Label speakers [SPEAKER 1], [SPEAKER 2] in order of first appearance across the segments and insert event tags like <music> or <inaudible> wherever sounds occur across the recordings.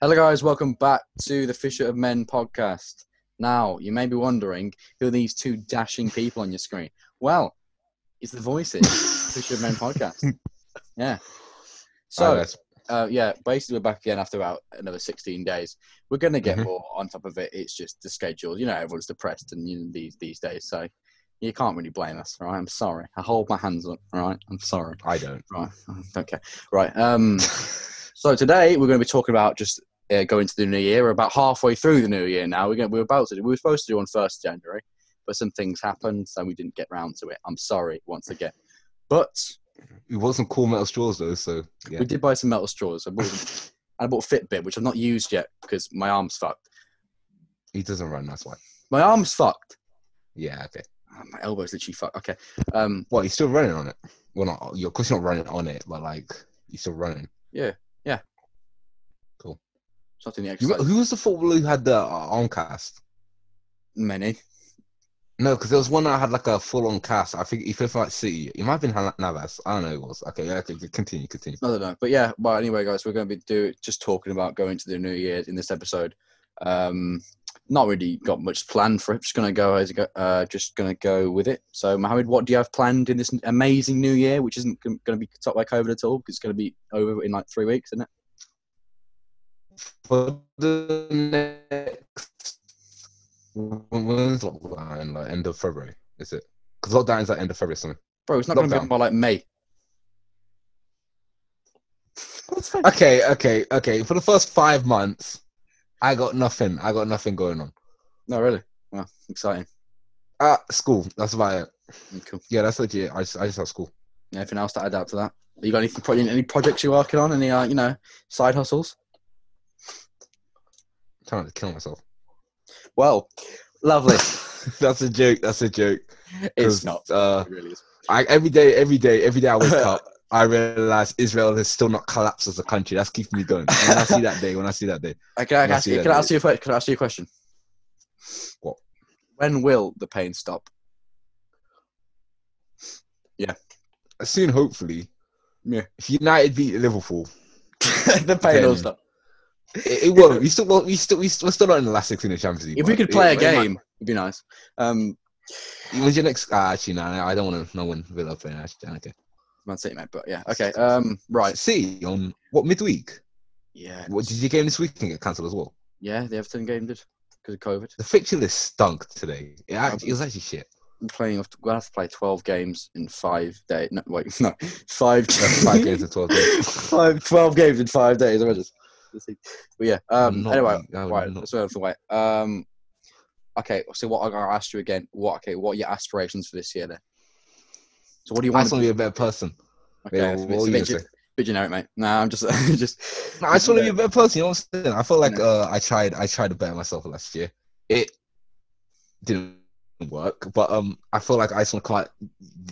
[SPEAKER 1] Hello, guys. Welcome back to the Fisher of Men podcast. Now, you may be wondering who are these two dashing people on your screen? Well, it's the voices, Fisher of Men podcast. Yeah. So,
[SPEAKER 2] Oh, that's-
[SPEAKER 1] uh, yeah, basically we're back again after about another 16 days. We're going to get
[SPEAKER 2] Mhm.
[SPEAKER 1] more on top of it. It's just the schedule. You know, everyone's depressed and you know, these these days, so you can't really blame us, all right? I'm sorry. I hold my hands up, all right? I'm sorry.
[SPEAKER 2] I don't.
[SPEAKER 1] Right. <laughs> Okay. Right.
[SPEAKER 2] <laughs>
[SPEAKER 1] Um, so today we're going to be talking about just uh, going to the new year. We're about halfway through the new year now. We're going, we're about to. do- We were supposed to do on first January, but some things happened, so we didn't get round to it. I'm sorry once again. But
[SPEAKER 2] We bought some cool metal straws though, so yeah.
[SPEAKER 1] we did buy some metal straws. I bought, I bought a Fitbit, which I've not used yet because my arm's fucked.
[SPEAKER 2] He doesn't run, that's why.
[SPEAKER 1] My arm's fucked.
[SPEAKER 2] Yeah, okay.
[SPEAKER 1] Oh, my elbow's literally fucked. Okay. Um,
[SPEAKER 2] Well, he's still running on it. Well, not you're, of course you're not running on it, but like he's still running.
[SPEAKER 1] something the
[SPEAKER 2] You,
[SPEAKER 1] exercise.
[SPEAKER 2] who was the footballer who had the uh, arm cast?
[SPEAKER 1] Many.
[SPEAKER 2] No, because there was one that had like a full-on cast. I think he played for like City. It might have been Hal- Navas. I don't know. Who it was okay. Yeah, okay. Continue, continue.
[SPEAKER 1] I don't know, but yeah. Well, anyway, guys, we're going to be do just talking about going to the new year in this episode. Um, not really got much planned for it. Just going to go as it go- uh, just going to go with it. So, Mohammed, what do you have planned in this amazing new year, which isn't going to be topped by COVID at all? Because it's going to be over in like three weeks, isn't it?
[SPEAKER 2] For the next when- when's lockdown? Like end of February, is it? Because lockdown is like end of February. Something.
[SPEAKER 1] Bro, it's not going to be
[SPEAKER 2] Lockdown.
[SPEAKER 1] over by like May.
[SPEAKER 2] Okay, okay, okay. For the first five months, I got nothing. I got nothing going on.
[SPEAKER 1] No, Oh, really. Well, exciting. Mm,
[SPEAKER 2] At school, that's about it.
[SPEAKER 1] Cool.
[SPEAKER 2] Yeah, that's legit. I just, I just have school.
[SPEAKER 1] Anything else to add out to that? You got anything? pro- Any projects you're working on? Any, uh, you know, side hustles?
[SPEAKER 2] I'm trying not to kill myself. <laughs>
[SPEAKER 1] Well, lovely.
[SPEAKER 2] that's a joke. That's a joke. 'Cause,
[SPEAKER 1] it's not.
[SPEAKER 2] Uh,
[SPEAKER 1] It really is.
[SPEAKER 2] I, every day, every day, every day I wake up, I realize Israel has still not collapsed as a country. That's keeping me going. When I see that day, when I see that day,
[SPEAKER 1] I can, I can,
[SPEAKER 2] Let's
[SPEAKER 1] ask,
[SPEAKER 2] do
[SPEAKER 1] you,
[SPEAKER 2] that,
[SPEAKER 1] can, I
[SPEAKER 2] mate.
[SPEAKER 1] ask you a, que- can I ask you a question?
[SPEAKER 2] What?
[SPEAKER 1] When will the pain
[SPEAKER 2] <laughs>
[SPEAKER 1] stop?
[SPEAKER 2] soon, hopefully,
[SPEAKER 1] Yeah.
[SPEAKER 2] if United beat Liverpool,
[SPEAKER 1] the pain will
[SPEAKER 2] Then-
[SPEAKER 1] stop.
[SPEAKER 2] it, it won't. We still, well, we still, we still, we're still not in the last six in the Champions League.
[SPEAKER 1] If we
[SPEAKER 2] but
[SPEAKER 1] could
[SPEAKER 2] it-
[SPEAKER 1] play a
[SPEAKER 2] it might-
[SPEAKER 1] game, it'd be nice. Um,
[SPEAKER 2] When's your next? Ah, actually, no, no, I don't want to. No one Villa playing. Actually, okay.
[SPEAKER 1] Man City, mate, but yeah, okay. Um, right,
[SPEAKER 2] City on what midweek?
[SPEAKER 1] yeah,
[SPEAKER 2] What did your game this week get cancelled as well?
[SPEAKER 1] yeah. The Everton game did because of COVID.
[SPEAKER 2] The fixture list stunk today. It, act- it was actually shit.
[SPEAKER 1] I'm playing. We're gonna have to play twelve games in five days. No, wait, <laughs> no, five.
[SPEAKER 2] That's <laughs> five games in twelve days.
[SPEAKER 1] five, 12 games in five days. I just, but yeah. Um,
[SPEAKER 2] Not
[SPEAKER 1] anyway,
[SPEAKER 2] me. I would
[SPEAKER 1] Right,
[SPEAKER 2] not-
[SPEAKER 1] let's move on to the way. Um, okay, so what I'm gonna ask you again? What okay? What are your aspirations for this year then? So what do you
[SPEAKER 2] I
[SPEAKER 1] want?
[SPEAKER 2] just
[SPEAKER 1] To
[SPEAKER 2] want
[SPEAKER 1] be?
[SPEAKER 2] to be a better person.
[SPEAKER 1] Okay,
[SPEAKER 2] Yeah,
[SPEAKER 1] it's a
[SPEAKER 2] what
[SPEAKER 1] bit,
[SPEAKER 2] were
[SPEAKER 1] it's a
[SPEAKER 2] you
[SPEAKER 1] bit,
[SPEAKER 2] gonna
[SPEAKER 1] ge- bit generic, mate. No, I'm just, <laughs> just.
[SPEAKER 2] No, I just want to be a better person. You know what I'm saying? I feel like
[SPEAKER 1] Yeah.
[SPEAKER 2] uh, I tried. I tried to better myself last year. It didn't work, but um, I feel like I just want to come out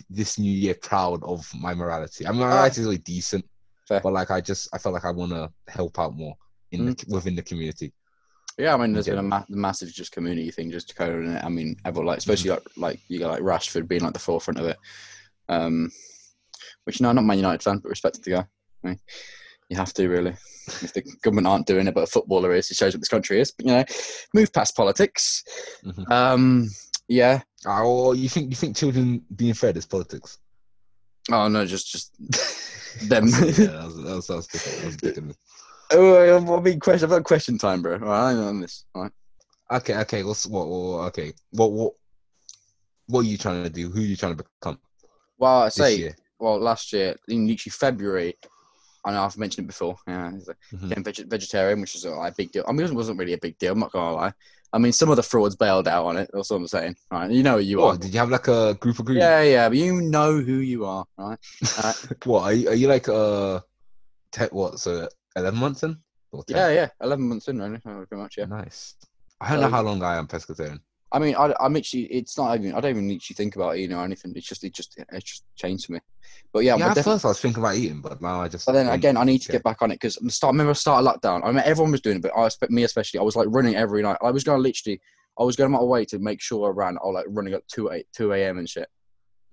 [SPEAKER 2] this new year proud of my morality. I mean, my
[SPEAKER 1] Ah.
[SPEAKER 2] morality is really decent,
[SPEAKER 1] Fair.
[SPEAKER 2] but like I just, I felt like I want to help out more in
[SPEAKER 1] Mm.
[SPEAKER 2] the, within the community.
[SPEAKER 1] Yeah, I mean, there's
[SPEAKER 2] Okay.
[SPEAKER 1] been a ma- massive just community thing just going on. it. I mean, everyone like, especially like, like you got like Rashford being like the forefront of it. Um, which no, I'm not Man United fan, but respect to the guy. I mean, you have to really. If the government aren't doing it, but a footballer is, it shows what this country is. But you know, move past politics.
[SPEAKER 2] Mhm.
[SPEAKER 1] Um, yeah.
[SPEAKER 2] Oh, you think you think children being fed is politics?
[SPEAKER 1] <laughs> Oh no, just just
[SPEAKER 2] <laughs>
[SPEAKER 1] them. <laughs>
[SPEAKER 2] yeah, that was, that was, that was different. That was different.
[SPEAKER 1] oh, I'm- I mean, question. I've got question time, bro. All right, I'm on this. All right.
[SPEAKER 2] Okay, okay. What's what, what? Okay, what what? What are you trying to do? Who are you trying to become
[SPEAKER 1] Well, I
[SPEAKER 2] this
[SPEAKER 1] say.
[SPEAKER 2] year?
[SPEAKER 1] well, last year in literally February, I know I've mentioned it before. Yeah, it's like,
[SPEAKER 2] Mhm.
[SPEAKER 1] became veg- vegetarian, which is uh, like, a big deal. I mean, it wasn't really a big deal. I'm not gonna lie. I mean, some of the frauds bailed out on it. That's what I'm saying. Right? You know who you
[SPEAKER 2] What,
[SPEAKER 1] are.
[SPEAKER 2] did you have like a group agreement?
[SPEAKER 1] Yeah, yeah, but you know who you are, right? uh,
[SPEAKER 2] <laughs> what are you, are you like uh, te- what? So eleven months in? Or 10?
[SPEAKER 1] Yeah, yeah. Eleven months in, really, uh, pretty much. Yeah.
[SPEAKER 2] Nice. I don't
[SPEAKER 1] So-
[SPEAKER 2] know how long I am pescatarian.
[SPEAKER 1] I mean, I, I'm actually. It's not even. I don't even literally think about eating or anything. It's just. It just. It's just changed for me. But yeah,
[SPEAKER 2] Yeah,
[SPEAKER 1] I'm
[SPEAKER 2] at
[SPEAKER 1] definitely.
[SPEAKER 2] first I was thinking about eating, but now I just.
[SPEAKER 1] But then
[SPEAKER 2] want-
[SPEAKER 1] again, I need to
[SPEAKER 2] yeah.
[SPEAKER 1] get back on it because the start. Remember, the start of lockdown. I mean, everyone was doing it, but I, expect me especially. I was like running every night. I was going to literally. I was going my way to make sure I ran. I was like running at two eight two a.m. and shit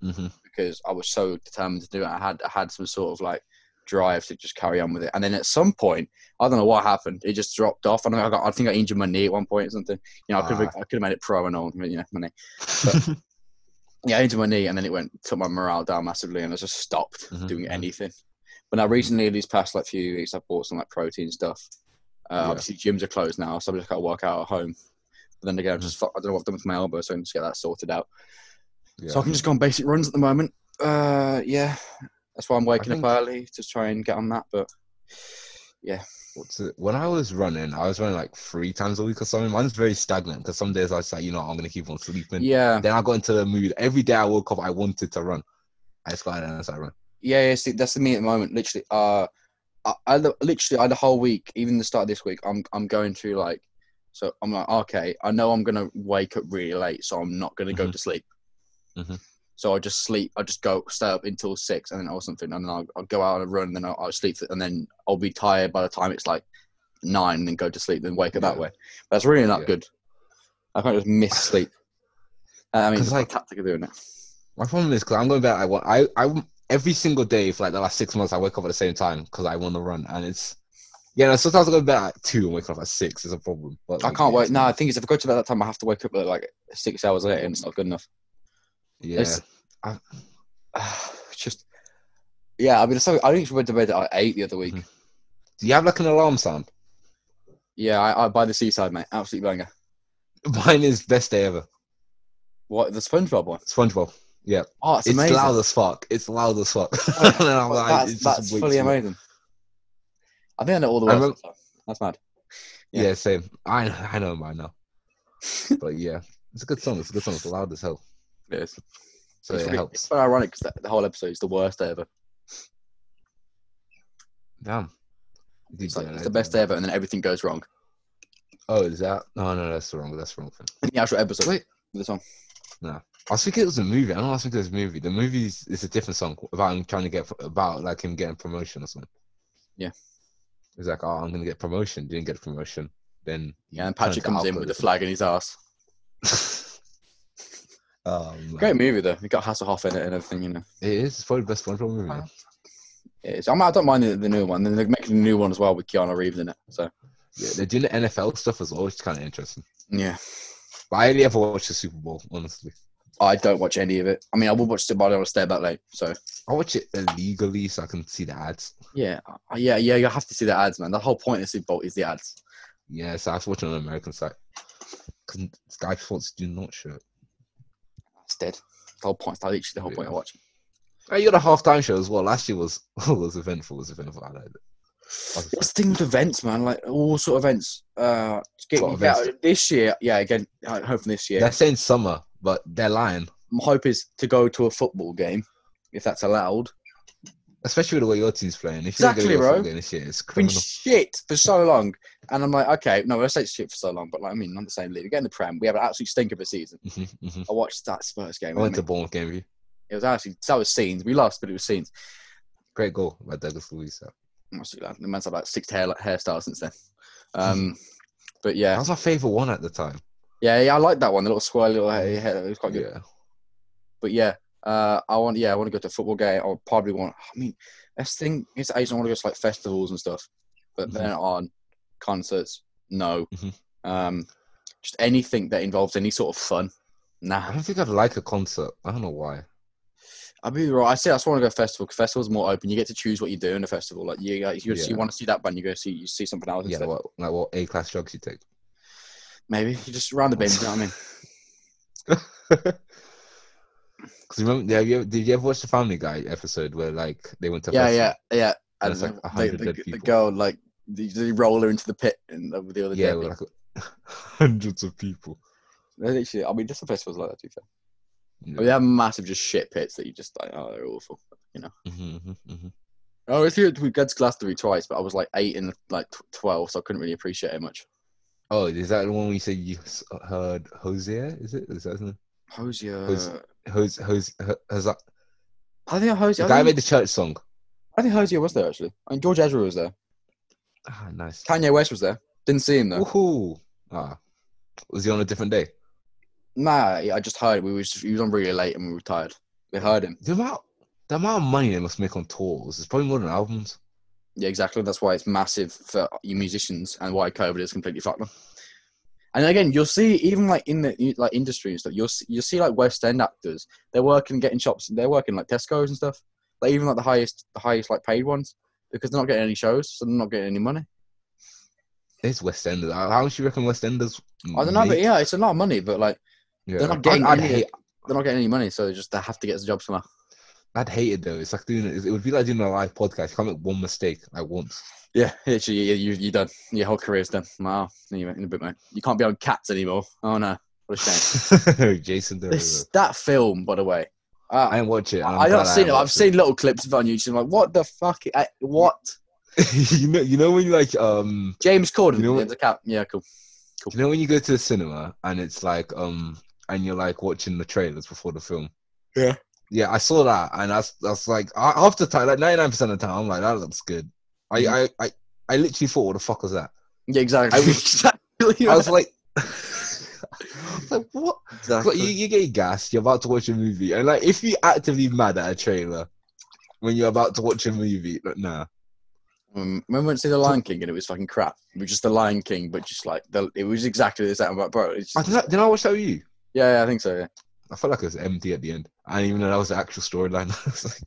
[SPEAKER 2] Mhm.
[SPEAKER 1] because I was so determined to do it. I had I had some sort of like drive to just carry on with it. And then at some point, I don't know what happened. It just dropped off, and I got I think I injured my knee at one point or something. You know, I could have I could have made it pro and all, you know, my <laughs> knee. Yeah, I injured my knee, and then it went took my morale down massively, and I just stopped
[SPEAKER 2] Mhm,
[SPEAKER 1] doing
[SPEAKER 2] mhm.
[SPEAKER 1] anything. But now recently, these past like few weeks, I've bought some like protein stuff. Uh,
[SPEAKER 2] Yeah.
[SPEAKER 1] Obviously, gyms are closed now, so I've just got to work out at home. But then again, I've just fu- I don't know what I've done with my elbow, so I can just get that sorted out.
[SPEAKER 2] Yeah.
[SPEAKER 1] So I can just go on basic runs at the moment. Uh, yeah, that's why I'm waking
[SPEAKER 2] think-
[SPEAKER 1] up early to try and get on that. But
[SPEAKER 2] What's it? When I was running, I was running like three times a week or something. Mine's very stagnant because some days I was like, you know, I'm gonna keep on sleeping.
[SPEAKER 1] yeah,
[SPEAKER 2] Then I got into the mood. Every day I woke up, I wanted to run. I just got out and I started running.
[SPEAKER 1] yeah, yeah. See, that's the me at the moment. Literally, uh, I, I li- literally I had a whole week. Even the start of this week, I'm I'm going through like, so I'm like, okay, I know I'm gonna wake up really late, so I'm not gonna go
[SPEAKER 2] Mhm.
[SPEAKER 1] to sleep.
[SPEAKER 2] Mhm.
[SPEAKER 1] So I just sleep. I just go stay up until six, and then or something, and then I'll, I'll go out and run, and then I'll, I'll sleep, and then I'll be tired by the time it's like nine, and then go to sleep, then wake up that
[SPEAKER 2] Yeah.
[SPEAKER 1] way. That's really not
[SPEAKER 2] Yeah.
[SPEAKER 1] good. I can't just
[SPEAKER 2] <laughs>
[SPEAKER 1] miss sleep. I mean,
[SPEAKER 2] 'Cause,
[SPEAKER 1] it's like
[SPEAKER 2] like-
[SPEAKER 1] tactic of doing it.
[SPEAKER 2] My problem is because I'm going back. I want. I I every single day for like the last six months, I wake up at the same time because I want to run, and it's yeah. No, sometimes I go to bed at two and wake up at six. It's a problem. But
[SPEAKER 1] I
[SPEAKER 2] like,
[SPEAKER 1] can't
[SPEAKER 2] yeah,
[SPEAKER 1] wait.
[SPEAKER 2] it's-
[SPEAKER 1] No, I think it's if I go to bed that time, I have to wake up at like six hours later, and it's not good enough.
[SPEAKER 2] Yeah.
[SPEAKER 1] it's- <sighs> It's just, yeah. I mean, so I think I went to bed at like, eight the other week.
[SPEAKER 2] Mhm. Do you have like an alarm sound?
[SPEAKER 1] Yeah, I, I by the seaside, mate. Absolute banger.
[SPEAKER 2] <laughs> Mine is best day ever.
[SPEAKER 1] What the SpongeBob one?
[SPEAKER 2] SpongeBob. Yeah.
[SPEAKER 1] Oh, it's,
[SPEAKER 2] It's,
[SPEAKER 1] amazing.
[SPEAKER 2] loud as fuck. It's loud as fuck.
[SPEAKER 1] Oh,
[SPEAKER 2] <laughs> And I'm
[SPEAKER 1] Well,
[SPEAKER 2] like,
[SPEAKER 1] that's
[SPEAKER 2] it's just
[SPEAKER 1] that's
[SPEAKER 2] way
[SPEAKER 1] fully
[SPEAKER 2] too loud.
[SPEAKER 1] amazing. I think I know all the
[SPEAKER 2] I
[SPEAKER 1] words.
[SPEAKER 2] remember-
[SPEAKER 1] That's mad. Yeah.
[SPEAKER 2] Yeah. same. I I know mine now. but yeah, it's a good song. It's a good song. It's loud as hell,
[SPEAKER 1] It is.
[SPEAKER 2] so
[SPEAKER 1] it's
[SPEAKER 2] it
[SPEAKER 1] really-
[SPEAKER 2] helps.
[SPEAKER 1] It's quite ironic because the whole episode is the worst day ever.
[SPEAKER 2] Damn.
[SPEAKER 1] It's, like, it's the best day ever, and then everything goes wrong.
[SPEAKER 2] Oh, is that? No, no, that's the wrong. That's the wrong thing.
[SPEAKER 1] In the actual episode.
[SPEAKER 2] Wait.
[SPEAKER 1] The song.
[SPEAKER 2] I was thinking it was a movie. I don't know. I was thinking it was a movie. The movie is is a different song about him trying to get about like him getting promotion or something.
[SPEAKER 1] Yeah.
[SPEAKER 2] He's like, oh, I'm gonna get promotion. Didn't get promotion. Then he
[SPEAKER 1] Yeah, and
[SPEAKER 2] turned
[SPEAKER 1] Patrick
[SPEAKER 2] to
[SPEAKER 1] comes in
[SPEAKER 2] alcohol
[SPEAKER 1] with
[SPEAKER 2] or
[SPEAKER 1] the flag in his ass.
[SPEAKER 2] something. oh man.
[SPEAKER 1] Great movie though. You got Hasselhoff in it and everything, you know.
[SPEAKER 2] It is it's probably the best SpongeBob movie.
[SPEAKER 1] Uh-huh.
[SPEAKER 2] man.
[SPEAKER 1] It is. I, mean, I don't mind the, the new one. Then they're making a new one as well with Keanu Reeves in it. So
[SPEAKER 2] Yeah, they're doing the NFL stuff as well, which is kind of interesting.
[SPEAKER 1] yeah,
[SPEAKER 2] But I only ever watched the Super Bowl, honestly.
[SPEAKER 1] I don't watch any of it. I mean, I will watch it, but I don't want to stay back late. So
[SPEAKER 2] I watch it illegally so I can see the ads.
[SPEAKER 1] yeah, Uh, yeah, yeah. You have to see the ads, man. The whole point of Super Bowl is the ads.
[SPEAKER 2] Yeah, so I was watching on an American site. Because Sky Sports do not show it.
[SPEAKER 1] That's dead. The whole point. That's literally the whole point of
[SPEAKER 2] Yeah.
[SPEAKER 1] watching.
[SPEAKER 2] Oh, you got a halftime show as well. Last year was <laughs> was eventful, was eventful. I liked it.
[SPEAKER 1] That's the thing with events, man. Like all sort of events. Uh, to get
[SPEAKER 2] Sort
[SPEAKER 1] you
[SPEAKER 2] of events.
[SPEAKER 1] out- this year. Yeah, again, I- hoping this year.
[SPEAKER 2] They're saying summer, but they're lying.
[SPEAKER 1] My hope is to go to a football game, if that's allowed.
[SPEAKER 2] Especially with the way your team's playing. If
[SPEAKER 1] Exactly,
[SPEAKER 2] you're gonna go to a
[SPEAKER 1] bro.
[SPEAKER 2] football game this year, it's
[SPEAKER 1] been
[SPEAKER 2] <laughs> criminal.
[SPEAKER 1] shit for so long. And I'm like, okay, no, I say shit for so long, but like, I mean, not the same league. Again, the Prem, we have an absolute stink of a season.
[SPEAKER 2] Mhm, mhm.
[SPEAKER 1] I watched that Spurs game.
[SPEAKER 2] I went
[SPEAKER 1] I
[SPEAKER 2] to
[SPEAKER 1] mean,
[SPEAKER 2] Bournemouth game with you.
[SPEAKER 1] it was actually that was scenes. We lost, but it was scenes.
[SPEAKER 2] Great goal by Douglas Luiz. so.
[SPEAKER 1] I'm actually glad. The man's had like six hair, hairstyles since then.
[SPEAKER 2] Hmm.
[SPEAKER 1] Um, but
[SPEAKER 2] That
[SPEAKER 1] yeah,
[SPEAKER 2] was my favorite one at the time.
[SPEAKER 1] yeah, yeah, I like that one. The little swirly little hair, hair, it was quite good.
[SPEAKER 2] Yeah.
[SPEAKER 1] But yeah, uh, I want yeah, I want to go to a football game. I probably want. I mean, this thing is, I just want to go to like festivals and stuff. But
[SPEAKER 2] Mhm.
[SPEAKER 1] then on concerts, no.
[SPEAKER 2] Mhm.
[SPEAKER 1] Um, just anything that involves any sort of fun.
[SPEAKER 2] I
[SPEAKER 1] Nah,
[SPEAKER 2] don't think I'd like a concert. I don't know why.
[SPEAKER 1] I'd be right. I say I just want to go to a festival. 'cause Festivals are more open. You get to choose what you do in a festival. Like you, like, you,
[SPEAKER 2] Yeah.
[SPEAKER 1] you want to see that band, you go see you see something else.
[SPEAKER 2] Yeah,
[SPEAKER 1] instead.
[SPEAKER 2] what, like what A class drugs you take.
[SPEAKER 1] Maybe you just round the bins. you know
[SPEAKER 2] <laughs>
[SPEAKER 1] what I mean?
[SPEAKER 2] Because remember, have you, did you ever watch the Family Guy episode where like they went to
[SPEAKER 1] Yeah,
[SPEAKER 2] festival?
[SPEAKER 1] yeah, yeah. And
[SPEAKER 2] There's, like,
[SPEAKER 1] the-
[SPEAKER 2] 100
[SPEAKER 1] the,
[SPEAKER 2] dead
[SPEAKER 1] the, the
[SPEAKER 2] people.
[SPEAKER 1] girl like the, the roller into the pit and uh, the, with the other
[SPEAKER 2] yeah,
[SPEAKER 1] dead
[SPEAKER 2] with like <laughs> hundreds of people.
[SPEAKER 1] They're Literally, I mean, just the festivals like that, to be fair. I
[SPEAKER 2] Yeah.
[SPEAKER 1] mean, they have massive just shit pits that you just like, oh, they're awful.
[SPEAKER 2] Mhm, mhm, mhm.
[SPEAKER 1] Oh, it's here. We got to Glastonbury twice, but I was like eight and like tw- twelve, so I couldn't really appreciate it much.
[SPEAKER 2] Oh, is that the one where you said you s- heard Hosea? Is it? Is that his name?
[SPEAKER 1] Hosier.
[SPEAKER 2] Who's- Hose, Hose, Ho- Hosea?
[SPEAKER 1] I think Hosier.
[SPEAKER 2] The
[SPEAKER 1] I
[SPEAKER 2] guy
[SPEAKER 1] think,
[SPEAKER 2] made the church song.
[SPEAKER 1] I think Hosier was there actually. I mean, George Ezra was there.
[SPEAKER 2] Ah, nice.
[SPEAKER 1] Kanye West was there. Didn't see him though.
[SPEAKER 2] Woohoo! Ah, was he on a different day?
[SPEAKER 1] Nah, yeah, I just heard we was he was on really late and we were tired. We heard him.
[SPEAKER 2] The amount, the amount of money they must make on tours is probably more than albums.
[SPEAKER 1] Yeah, exactly. That's why it's massive for you musicians, and why COVID has completely fucked them. And again, you'll see even like in the like industry and stuff, you'll see, you'll see like West End actors. They're working, getting shops. They're working like Tesco's and stuff. Like even like the highest, the highest like paid ones because they're not getting any shows, so they're not getting any money.
[SPEAKER 2] It's West Enders. How how much you reckon West Enders?
[SPEAKER 1] I don't know, but
[SPEAKER 2] make?
[SPEAKER 1] yeah, it's a lot of money. But like
[SPEAKER 2] Yeah.
[SPEAKER 1] they're not getting
[SPEAKER 2] I'd, I'd
[SPEAKER 1] any-
[SPEAKER 2] hate,
[SPEAKER 1] they're not getting any money, so they just they have to get a job somehow.
[SPEAKER 2] I'd hate it though. It's like doing it. It would be like doing a live podcast. You can't make one mistake like once.
[SPEAKER 1] Yeah, <laughs> literally, you, you, you're done. Your whole career's done. Wow, anyway, in a bit, mate. You can't be on cats anymore. Oh no, what a shame.
[SPEAKER 2] <laughs> Jason
[SPEAKER 1] this
[SPEAKER 2] Derulo.
[SPEAKER 1] that film, by the way. Uh,
[SPEAKER 2] I didn't watch it. and I'm
[SPEAKER 1] I
[SPEAKER 2] glad
[SPEAKER 1] haven't seen it.
[SPEAKER 2] haven't
[SPEAKER 1] I've
[SPEAKER 2] watched
[SPEAKER 1] seen little clips of it on YouTube. I'm like, what the fuck? I, what?
[SPEAKER 2] <laughs> you know, you know when you like, um,
[SPEAKER 1] James Corden.
[SPEAKER 2] You know what-
[SPEAKER 1] yeah, the cat. Yeah, cool.
[SPEAKER 2] you know when you go to the cinema and it's like, um, and you're like watching the trailers before the film.
[SPEAKER 1] Yeah.
[SPEAKER 2] Yeah, I saw that, and that's that's like a- half the time, like ninety nine percent of the time, I'm like, that looks good. I
[SPEAKER 1] Mhm.
[SPEAKER 2] I, I I literally thought, what the fuck was that?
[SPEAKER 1] Yeah, exactly.
[SPEAKER 2] I was-
[SPEAKER 1] <laughs> exactly. <laughs>
[SPEAKER 2] I was like, <laughs> I was like what? It's like, you, you get gassed. You're about to watch a movie, and like if you actively mad at a trailer when you're about to watch a movie, like, nah.
[SPEAKER 1] Um, remember when we went to see The Lion King and it was fucking crap. It was just The Lion King, but just like the, it was exactly the same. I'm like, bro, it's
[SPEAKER 2] I
[SPEAKER 1] just,
[SPEAKER 2] did, I, did I watch that with you?
[SPEAKER 1] yeah, yeah, I think so. Yeah.
[SPEAKER 2] I felt like it was empty at the end. I didn't even know that was the actual storyline. <laughs> I was like,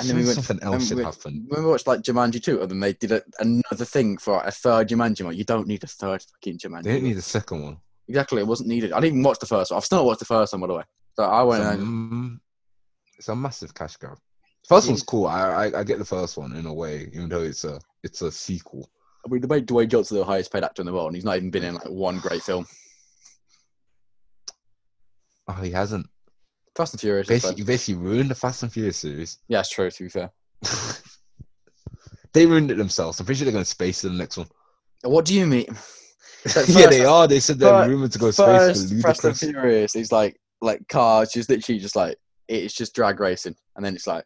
[SPEAKER 1] And then we went-
[SPEAKER 2] something
[SPEAKER 1] and
[SPEAKER 2] else should
[SPEAKER 1] we-
[SPEAKER 2] happen.
[SPEAKER 1] Remember we watched like Jumanji 2 and then they did a, another thing for like, a third Jumanji. I'm like, you don't need a third fucking Jumanji.
[SPEAKER 2] They didn't need the second one.
[SPEAKER 1] exactly, it wasn't needed. I didn't even watch the first one. I've still not watched the first one by the way. So I
[SPEAKER 2] It's
[SPEAKER 1] went.
[SPEAKER 2] a,
[SPEAKER 1] and
[SPEAKER 2] mm, it's a massive cash grab. First
[SPEAKER 1] Yeah.
[SPEAKER 2] one's cool. I, I I get the first one in a way, even though it's a it's a sequel.
[SPEAKER 1] I mean, they made Dwayne Johnson the highest paid actor in the world, and he's not even been in like one great film.
[SPEAKER 2] Oh, he hasn't.
[SPEAKER 1] Fast and Furious. is
[SPEAKER 2] Basically,
[SPEAKER 1] fun.
[SPEAKER 2] basically ruined the Fast and Furious series.
[SPEAKER 1] Yeah, it's true. To be fair,
[SPEAKER 2] they ruined it themselves. I'm pretty sure they're going to space to the next one.
[SPEAKER 1] what do you <laughs> mean? Like,
[SPEAKER 2] <laughs> yeah,
[SPEAKER 1] first-
[SPEAKER 2] they are. They said they're
[SPEAKER 1] fir-
[SPEAKER 2] rumored to go space
[SPEAKER 1] First,
[SPEAKER 2] for
[SPEAKER 1] Fast and
[SPEAKER 2] ludicrous.
[SPEAKER 1] Furious is like like cars, just literally just like it's just drag racing, and then it's like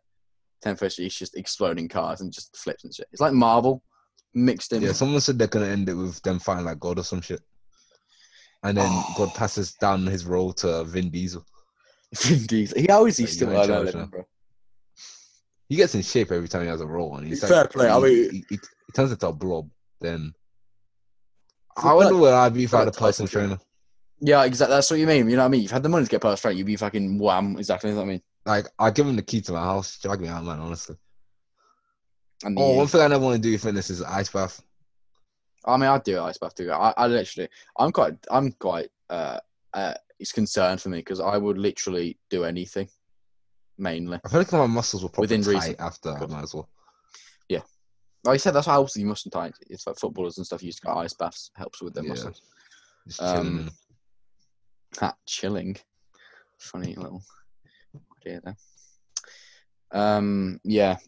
[SPEAKER 1] Ten First, it's just exploding cars and just flips and shit. It's like Marvel mixed in.
[SPEAKER 2] Yeah,
[SPEAKER 1] Yeah,
[SPEAKER 2] someone said they're going to end it with them fighting like God or some shit.
[SPEAKER 1] <sighs>
[SPEAKER 2] And then God passes down his role to Vin Diesel.
[SPEAKER 1] <laughs> Vin Diesel. He always
[SPEAKER 2] Yeah,
[SPEAKER 1] he's still
[SPEAKER 2] you're in
[SPEAKER 1] alive,
[SPEAKER 2] charge now.
[SPEAKER 1] bro.
[SPEAKER 2] He gets in shape every time he has a role, and he's like,
[SPEAKER 1] Fair play, I
[SPEAKER 2] he-
[SPEAKER 1] mean-
[SPEAKER 2] he, he, he turns into a blob. Then
[SPEAKER 1] Football-
[SPEAKER 2] I wonder where I'd be if I had a
[SPEAKER 1] football
[SPEAKER 2] personal
[SPEAKER 1] Tyson.
[SPEAKER 2] trainer.
[SPEAKER 1] Yeah, exactly. That's what you mean. You know what I mean? You've had the money to get past right. You'd be fucking wham. Exactly what I mean.
[SPEAKER 2] Like I give him the key to my house, drag me out, man. Honestly.
[SPEAKER 1] And
[SPEAKER 2] Oh,
[SPEAKER 1] the-
[SPEAKER 2] one thing I never want to do in fitness is ice bath.
[SPEAKER 1] I mean, I do ice bath too. I, I literally, I'm quite, I'm quite, uh, uh, it's concerned for me because I would literally do anything, mainly.
[SPEAKER 2] I feel like my muscles were probably
[SPEAKER 1] Within
[SPEAKER 2] tight
[SPEAKER 1] reason.
[SPEAKER 2] after I might as well.
[SPEAKER 1] Like I said, that's why also you mustn't tie. It's like footballers and stuff use ice baths, helps with their
[SPEAKER 2] Yeah.
[SPEAKER 1] muscles.
[SPEAKER 2] Just chilling
[SPEAKER 1] Um,
[SPEAKER 2] in it.
[SPEAKER 1] Ha, chilling. Funny little idea there. Um, yeah,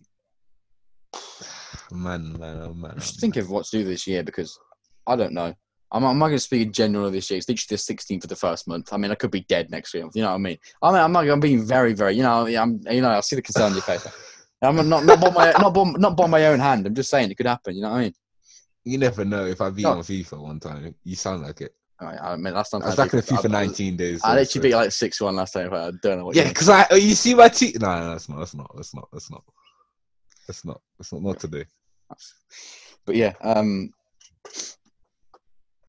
[SPEAKER 2] Man, man, oh man.
[SPEAKER 1] I'm just
[SPEAKER 2] oh,
[SPEAKER 1] thinking of what to do this year because I don't know. I'm, I'm not going to speak in general this year. It's literally the 16th of the first month. I mean, I could be dead next year. You know what I mean? I mean, I'm not. I'm being very, very. You know, I'm. You know, I see the concern in your face. I'm not not by my not by, not by my own hand. I'm just saying it could happen. You know what I mean?
[SPEAKER 2] You never know. If I beat
[SPEAKER 1] No.
[SPEAKER 2] you on FIFA one time, you sound like it.
[SPEAKER 1] All right, I mean, last time
[SPEAKER 2] I was back in the FIFA
[SPEAKER 1] I-
[SPEAKER 2] 19 days.
[SPEAKER 1] I,
[SPEAKER 2] though, so-
[SPEAKER 1] literally beat like six one last time. I don't know what.
[SPEAKER 2] Yeah, because I oh, you see my team. No, no, that's not. That's not. That's not. That's not. That's not. That's not. Not today.
[SPEAKER 1] But yeah, um, <laughs>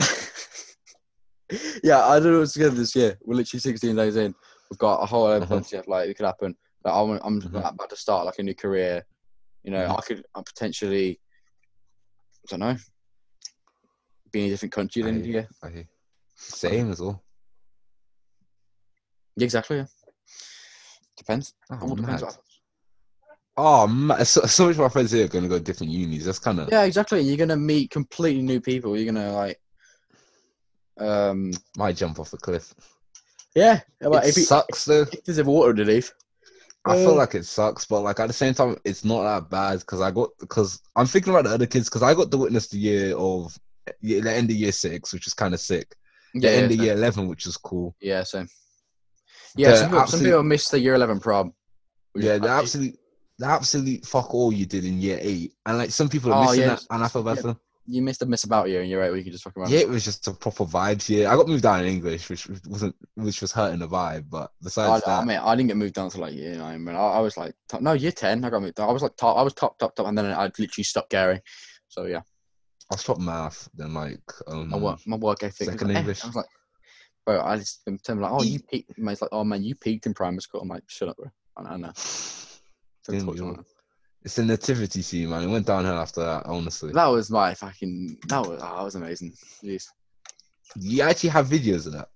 [SPEAKER 1] yeah, I don't know what's together this year. We're literally 16 days in. We've got a whole other
[SPEAKER 2] Mhm.
[SPEAKER 1] bunch of like it could happen. Like I'm, I'm
[SPEAKER 2] Mhm.
[SPEAKER 1] about to start like a new career. You know,
[SPEAKER 2] Mhm.
[SPEAKER 1] I could I potentially, I don't know, be in a different country at the end of the year.
[SPEAKER 2] I hear. Same as well.
[SPEAKER 1] Yeah, exactly. Yeah. Depends.
[SPEAKER 2] Oh,
[SPEAKER 1] All depends.
[SPEAKER 2] man.
[SPEAKER 1] what happens.
[SPEAKER 2] Oh, man. So, so much of my friends here are going to go to different unis. That's kind of.
[SPEAKER 1] Yeah, exactly. You're gonna meet completely new people. You're gonna like, um,
[SPEAKER 2] Might jump off a cliff.
[SPEAKER 1] yeah. Like,
[SPEAKER 2] it
[SPEAKER 1] if, you-
[SPEAKER 2] sucks, though.
[SPEAKER 1] if there's a water relief,
[SPEAKER 2] I
[SPEAKER 1] Uh,
[SPEAKER 2] feel like it sucks, but like at the same time, it's not that bad because I got because I'm thinking about the other kids because I got to witness the year of yeah, the end of year six, which is kind of sick. The end of
[SPEAKER 1] so-
[SPEAKER 2] year eleven, which is cool.
[SPEAKER 1] Yeah, same. Yeah,
[SPEAKER 2] The
[SPEAKER 1] some people, some
[SPEAKER 2] absolute-
[SPEAKER 1] people miss the year 11 prom. which
[SPEAKER 2] yeah,
[SPEAKER 1] is
[SPEAKER 2] the
[SPEAKER 1] like-
[SPEAKER 2] absolute the absolute fuck all you did in year eight, and like some people
[SPEAKER 1] Oh,
[SPEAKER 2] are missing
[SPEAKER 1] yeah.
[SPEAKER 2] that, and I feel bad
[SPEAKER 1] Yeah.
[SPEAKER 2] for them.
[SPEAKER 1] you missed a miss about you, and you're right. We can just fuck around.
[SPEAKER 2] Yeah, it was just a proper vibe. Yeah, I got moved down in English, which wasn't, which was hurting the vibe. But
[SPEAKER 1] I,
[SPEAKER 2] besides
[SPEAKER 1] Oh, I
[SPEAKER 2] that,
[SPEAKER 1] mean, I didn't get moved down to like year nine, man. I, I was like, top, no, year ten. I got moved down. I was like top. I was top, top, top, and then I literally stopped caring. So yeah,
[SPEAKER 2] I stopped math. Then like, um,
[SPEAKER 1] my work, my work ethic. was
[SPEAKER 2] Second
[SPEAKER 1] like, eh.
[SPEAKER 2] English.
[SPEAKER 1] I was like, bro, I just in terms like, oh, you peaked. Mate's like, oh man, you peaked in primary school. I'm like, shut up, bro. I don't know. Don't
[SPEAKER 2] Didn't
[SPEAKER 1] talk to
[SPEAKER 2] you?
[SPEAKER 1] me.
[SPEAKER 2] it's a nativity scene, man. It went downhill after that. Honestly,
[SPEAKER 1] That was my fucking. That was oh, that was amazing. Jeez.
[SPEAKER 2] you actually have videos of that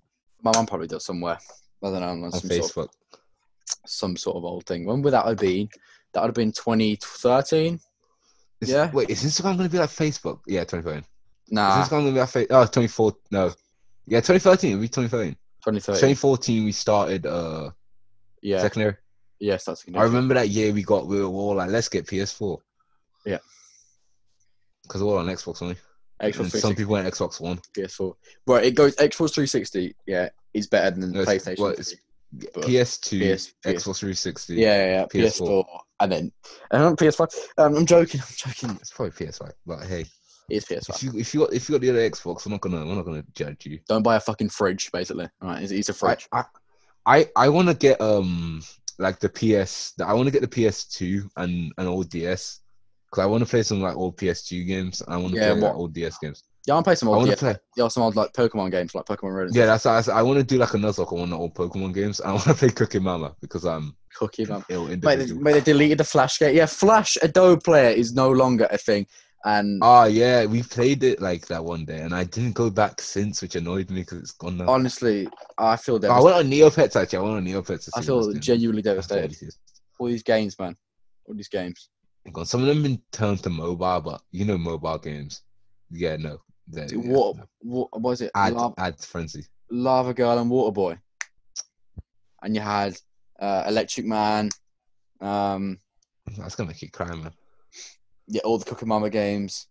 [SPEAKER 1] My mum probably does somewhere. I don't know. On,
[SPEAKER 2] on
[SPEAKER 1] some sort,
[SPEAKER 2] Facebook.
[SPEAKER 1] of, some sort of old thing. When would that have been? That would have been 2013.
[SPEAKER 2] Is-
[SPEAKER 1] Yeah. Ah.
[SPEAKER 2] Wait, is Instagram gonna be like Facebook? Yeah, 2013.
[SPEAKER 1] Nah,
[SPEAKER 2] Is Instagram gonna be like Facebook? Oh, 24. No. Yeah, 2013. It'll be 2013.
[SPEAKER 1] 2013.
[SPEAKER 2] 2014, we started uh
[SPEAKER 1] Yeah.
[SPEAKER 2] secondary.
[SPEAKER 1] Yes, that's.
[SPEAKER 2] I remember that year we got we were all like, let's get PS4.
[SPEAKER 1] Yeah.
[SPEAKER 2] Because we're all on Xbox only.
[SPEAKER 1] Xbox
[SPEAKER 2] And some
[SPEAKER 1] 360,
[SPEAKER 2] people went Xbox One.
[SPEAKER 1] PS4. Well, it goes Xbox 360. Yeah, is better than
[SPEAKER 2] No, it's-
[SPEAKER 1] PlayStation.
[SPEAKER 2] well, it's
[SPEAKER 1] 3, but
[SPEAKER 2] PS2,
[SPEAKER 1] PS, PS,
[SPEAKER 2] Xbox 360.
[SPEAKER 1] yeah, yeah, yeah, PS4.
[SPEAKER 2] PS4.
[SPEAKER 1] and then and then PS5. Um, I'm joking. <laughs> I'm joking.
[SPEAKER 2] It's probably PS5. But hey,
[SPEAKER 1] It's PS5.
[SPEAKER 2] if you if you got if you got the other Xbox, I'm not gonna I'm not gonna judge you.
[SPEAKER 1] Don't buy a fucking fridge, basically. All right, it's, it's a
[SPEAKER 2] I
[SPEAKER 1] fridge.
[SPEAKER 2] I, I, I want to get um like the PS. I want to get the PS2 and an old DS because I want to play some like old PS2 games. And I want to
[SPEAKER 1] Yeah,
[SPEAKER 2] play
[SPEAKER 1] what-
[SPEAKER 2] like, old DS games.
[SPEAKER 1] yeah, I'm playing some
[SPEAKER 2] I
[SPEAKER 1] old.
[SPEAKER 2] want
[SPEAKER 1] Yeah,
[SPEAKER 2] to play.
[SPEAKER 1] yeah, some old like Pokemon games, like Pokemon Red. and
[SPEAKER 2] Yeah,
[SPEAKER 1] stuff.
[SPEAKER 2] that's that's- I want to do like another like one of the old Pokemon games. <laughs> and I want to play Cooking Mama because I'm
[SPEAKER 1] Cookie man.
[SPEAKER 2] an ill
[SPEAKER 1] Mate, they,
[SPEAKER 2] individual.
[SPEAKER 1] mate, they deleted the Flash game. Yeah, Flash Adobe Player is no longer a thing. And
[SPEAKER 2] Oh yeah, we played it like that one day, and I didn't go back since, which annoyed me because it's gone now.
[SPEAKER 1] honestly, I feel
[SPEAKER 2] Oh, I
[SPEAKER 1] devastated.
[SPEAKER 2] went on Neopets actually. I went on Neopets. To see
[SPEAKER 1] I
[SPEAKER 2] what's
[SPEAKER 1] feel
[SPEAKER 2] going on.
[SPEAKER 1] genuinely
[SPEAKER 2] That's all
[SPEAKER 1] devastated.
[SPEAKER 2] it is.
[SPEAKER 1] All these games, man. All these games.
[SPEAKER 2] Gone. Some of them been turned to mobile, but you know mobile games. Yeah, no. They're,
[SPEAKER 1] Dude,
[SPEAKER 2] yeah,
[SPEAKER 1] what,
[SPEAKER 2] no.
[SPEAKER 1] what was it?
[SPEAKER 2] Ad,
[SPEAKER 1] Lava,
[SPEAKER 2] ad frenzy.
[SPEAKER 1] Lava Girl and Water Boy. And you had uh, Electric Man. Um,
[SPEAKER 2] That's gonna make you cry, man.
[SPEAKER 1] yeah, all the Cooking Mama games.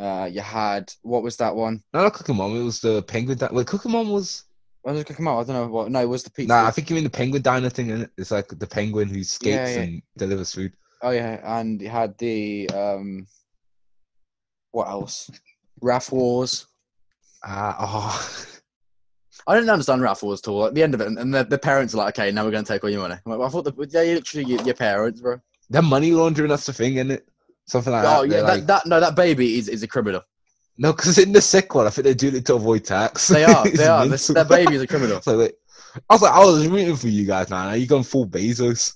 [SPEAKER 1] Uh, you had what was that one?
[SPEAKER 2] No, not Cooking Mom. It was the Penguin. Di- Wait, Cooking Mom was.
[SPEAKER 1] What was Cooking Mama? I don't know what. No, it was the pizza.
[SPEAKER 2] Nah, I think you mean the Penguin Diner thing. Innit? It's like the penguin who skates
[SPEAKER 1] yeah.
[SPEAKER 2] and delivers food.
[SPEAKER 1] Oh yeah, and you had the um, what else? Raff Wars.
[SPEAKER 2] Ah, oh. <laughs>
[SPEAKER 1] I didn't understand Ralph Wars at all. At the end of it, and- and the, the parents are like, "Okay, now we're going to take all your money." I'm like, well, I thought the, they're literally your, your parents, bro.
[SPEAKER 2] They're money laundering. That's the thing, isn't it? Something like
[SPEAKER 1] oh yeah,
[SPEAKER 2] that. They're
[SPEAKER 1] that,
[SPEAKER 2] like,
[SPEAKER 1] that no, that baby is, is a
[SPEAKER 2] <laughs>
[SPEAKER 1] criminal.
[SPEAKER 2] No, because in the sick one, I think they're doing it to avoid tax.
[SPEAKER 1] They are,
[SPEAKER 2] <laughs> It's
[SPEAKER 1] they are.
[SPEAKER 2] mental.
[SPEAKER 1] That baby is a criminal.
[SPEAKER 2] So like, I was like, I was rooting for you guys, man. Are you going full Bezos?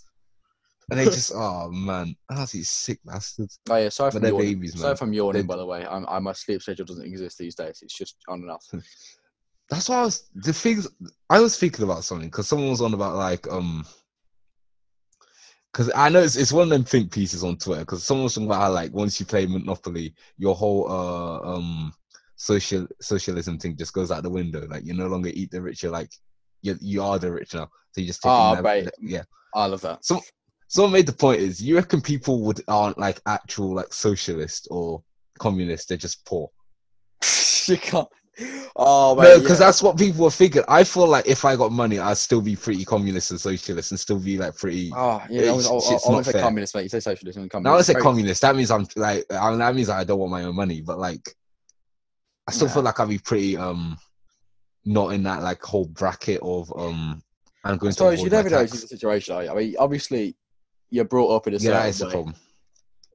[SPEAKER 2] And
[SPEAKER 1] <laughs>
[SPEAKER 2] they just, oh man, oh, these sick bastards.
[SPEAKER 1] Oh yeah, sorry
[SPEAKER 2] But
[SPEAKER 1] for
[SPEAKER 2] they're
[SPEAKER 1] yawning.
[SPEAKER 2] babies,
[SPEAKER 1] Sorry
[SPEAKER 2] man.
[SPEAKER 1] if I'm yawning,
[SPEAKER 2] They-
[SPEAKER 1] by the way. I'm, I, my sleep schedule doesn't exist these days. It's just on
[SPEAKER 2] <laughs>
[SPEAKER 1] and off.
[SPEAKER 2] That's why I was the things I was thinking about something because someone was on about like um. Because I know it's, it's one of them think pieces on Twitter. Because someone was talking about how like once you play Monopoly, your whole uh um social socialism thing just goes out the window. Like you no longer eat the rich. You're like you you are the rich now. So you just take
[SPEAKER 1] Ah,
[SPEAKER 2] them-
[SPEAKER 1] right.
[SPEAKER 2] yeah.
[SPEAKER 1] I love
[SPEAKER 2] <laughs>
[SPEAKER 1] that.
[SPEAKER 2] Someone made the point is you reckon people would aren't like actual like socialist or communist. They're just poor.
[SPEAKER 1] you can't. Oh
[SPEAKER 2] No,
[SPEAKER 1] mate,
[SPEAKER 2] because
[SPEAKER 1] yeah.
[SPEAKER 2] that's what people were thinking. I feel like if I got money, I'd still be pretty communist and socialist and still be like pretty.
[SPEAKER 1] Oh, yeah, I was, I,
[SPEAKER 2] it's-
[SPEAKER 1] I,
[SPEAKER 2] it's
[SPEAKER 1] I
[SPEAKER 2] not
[SPEAKER 1] was a
[SPEAKER 2] fair.
[SPEAKER 1] communist, mate. You say socialist and communist.
[SPEAKER 2] now I say
[SPEAKER 1] Very-
[SPEAKER 2] communist, that means I'm like, I mean, that means I don't want my own money, but like, I still
[SPEAKER 1] Nah.
[SPEAKER 2] feel like I'd be pretty, um, not in that like whole bracket of, um, I'm
[SPEAKER 1] I
[SPEAKER 2] going to.
[SPEAKER 1] suppose you
[SPEAKER 2] avoid my
[SPEAKER 1] never know the
[SPEAKER 2] tax.
[SPEAKER 1] situation. Are you? I mean, obviously, you're brought up in a
[SPEAKER 2] Yeah, that
[SPEAKER 1] certain
[SPEAKER 2] is the
[SPEAKER 1] way.
[SPEAKER 2] problem.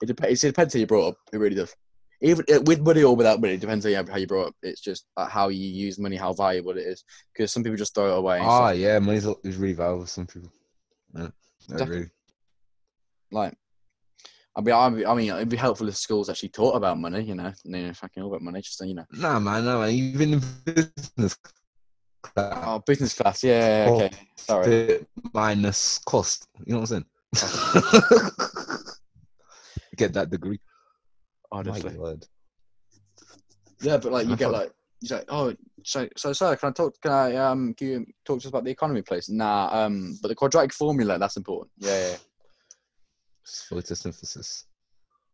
[SPEAKER 1] It, dep- it depends how you brought up. It really does. Even uh, with money or without money, it depends on you- how you brought up. It's just uh, how you use money, how valuable it is. Because some people just throw it away. and
[SPEAKER 2] Ah,
[SPEAKER 1] stuff.
[SPEAKER 2] yeah, money's is really valuable to some people. Yeah, not
[SPEAKER 1] Definitely.
[SPEAKER 2] really.
[SPEAKER 1] Like, I mean, I mean, I mean, it'd be helpful if schools actually taught about money. You know, you know fucking all about money. Just you know,
[SPEAKER 2] Nah, man, nah, man, even in business class,
[SPEAKER 1] oh, business class. Yeah, yeah,
[SPEAKER 2] Ah. Oh,
[SPEAKER 1] okay. Sorry.
[SPEAKER 2] profit minus cost. You know what I'm saying? <laughs> get that degree.
[SPEAKER 1] Honestly.
[SPEAKER 2] My word.
[SPEAKER 1] Yeah, but like you
[SPEAKER 2] I
[SPEAKER 1] get
[SPEAKER 2] thought-
[SPEAKER 1] like you say, oh, so so sir, can I talk? Can I um can you talk to us about the economy, please? Nah, um, but the quadratic formula that's important. Yeah, yeah.
[SPEAKER 2] It's photosynthesis.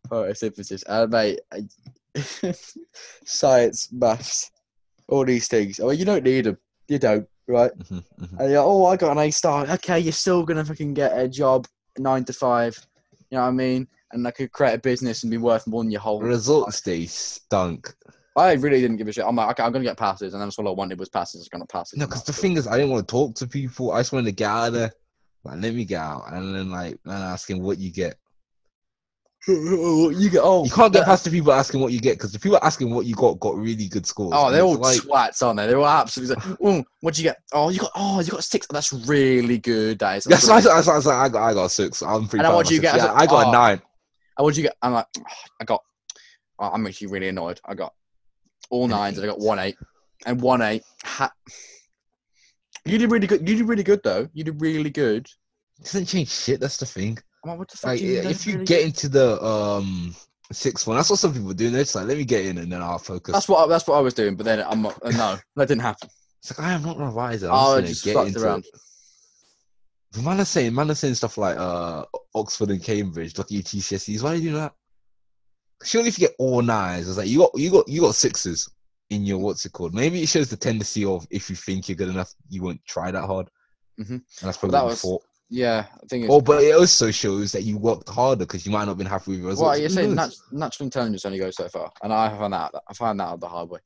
[SPEAKER 1] photosynthesis, uh, mate, I- <laughs> science, maths, all these things. I mean, you don't need them. You don't, right?
[SPEAKER 2] hmm hmm
[SPEAKER 1] And you're like, oh, I got an A star. Okay, you're still gonna fucking get a job nine to five. You know what I mean? and I could create a business and be worth more than your whole.
[SPEAKER 2] Results day stunk.
[SPEAKER 1] I really didn't give a shit. I'm like, okay, I'm gonna get passes, and that's all I wanted was passes. I was gonna passes.
[SPEAKER 2] No, because the thing is, I didn't want to talk to people. I just wanted to get out of there. Like, let me get out, and then like, man, asking what you get.
[SPEAKER 1] <laughs> you get oh,
[SPEAKER 2] You can't get
[SPEAKER 1] yeah.
[SPEAKER 2] past the people asking what you get because the people asking what you got got really good scores.
[SPEAKER 1] Oh,
[SPEAKER 2] and
[SPEAKER 1] they're
[SPEAKER 2] it's
[SPEAKER 1] all twats, aren't they? They're all absolutely. Like, oh, what'd you get? Oh, you got. Oh, you got six. That's really good. That is.
[SPEAKER 2] <laughs> That's why I, was- I was like, I got, I got a six. I'm
[SPEAKER 1] And
[SPEAKER 2] pretty
[SPEAKER 1] then
[SPEAKER 2] proud
[SPEAKER 1] what
[SPEAKER 2] of
[SPEAKER 1] do you
[SPEAKER 2] myself.
[SPEAKER 1] get?
[SPEAKER 2] Yeah,
[SPEAKER 1] I
[SPEAKER 2] I
[SPEAKER 1] was like,
[SPEAKER 2] got
[SPEAKER 1] "Oh."
[SPEAKER 2] a nine.
[SPEAKER 1] And what'd you get? I'm like, I got. oh, I'm actually really annoyed. I got all
[SPEAKER 2] An
[SPEAKER 1] nines. and I got one eight and one eight. Ha- you did really good. You did really good though. You did really good.
[SPEAKER 2] It doesn't change shit. That's the thing.
[SPEAKER 1] I'm like, what the fuck?
[SPEAKER 2] Like,
[SPEAKER 1] do mean
[SPEAKER 2] if
[SPEAKER 1] that's
[SPEAKER 2] you
[SPEAKER 1] really
[SPEAKER 2] get
[SPEAKER 1] good?
[SPEAKER 2] into the um sixth one, that's what some people do. They're just like, let me get in and then I'll focus.
[SPEAKER 1] that's what I, that's what I was doing, but then I'm not, uh, no, that didn't
[SPEAKER 2] <laughs>
[SPEAKER 1] happen.
[SPEAKER 2] It's like I am not revising. I'm
[SPEAKER 1] Oh, I
[SPEAKER 2] just
[SPEAKER 1] just
[SPEAKER 2] gonna get
[SPEAKER 1] fucked
[SPEAKER 2] into
[SPEAKER 1] around.
[SPEAKER 2] it. But man are saying, man are saying stuff like uh Oxford and Cambridge, E look at your GCSEs. Why do you do that? Surely if you get all nines, it's like you got you got you got sixes in your what's it called? Maybe it shows the tendency of if you think you're good enough, you won't try that hard.
[SPEAKER 1] Mhm.
[SPEAKER 2] And that's probably
[SPEAKER 1] that
[SPEAKER 2] what you
[SPEAKER 1] was-
[SPEAKER 2] thought.
[SPEAKER 1] Yeah, I think. It's,
[SPEAKER 2] Oh, but it also shows that you worked harder because you might not have been happy with your results.
[SPEAKER 1] well, you
[SPEAKER 2] Who
[SPEAKER 1] say
[SPEAKER 2] knows?
[SPEAKER 1] nat- natural intelligence only goes so far, and I found that I found that out the hard way.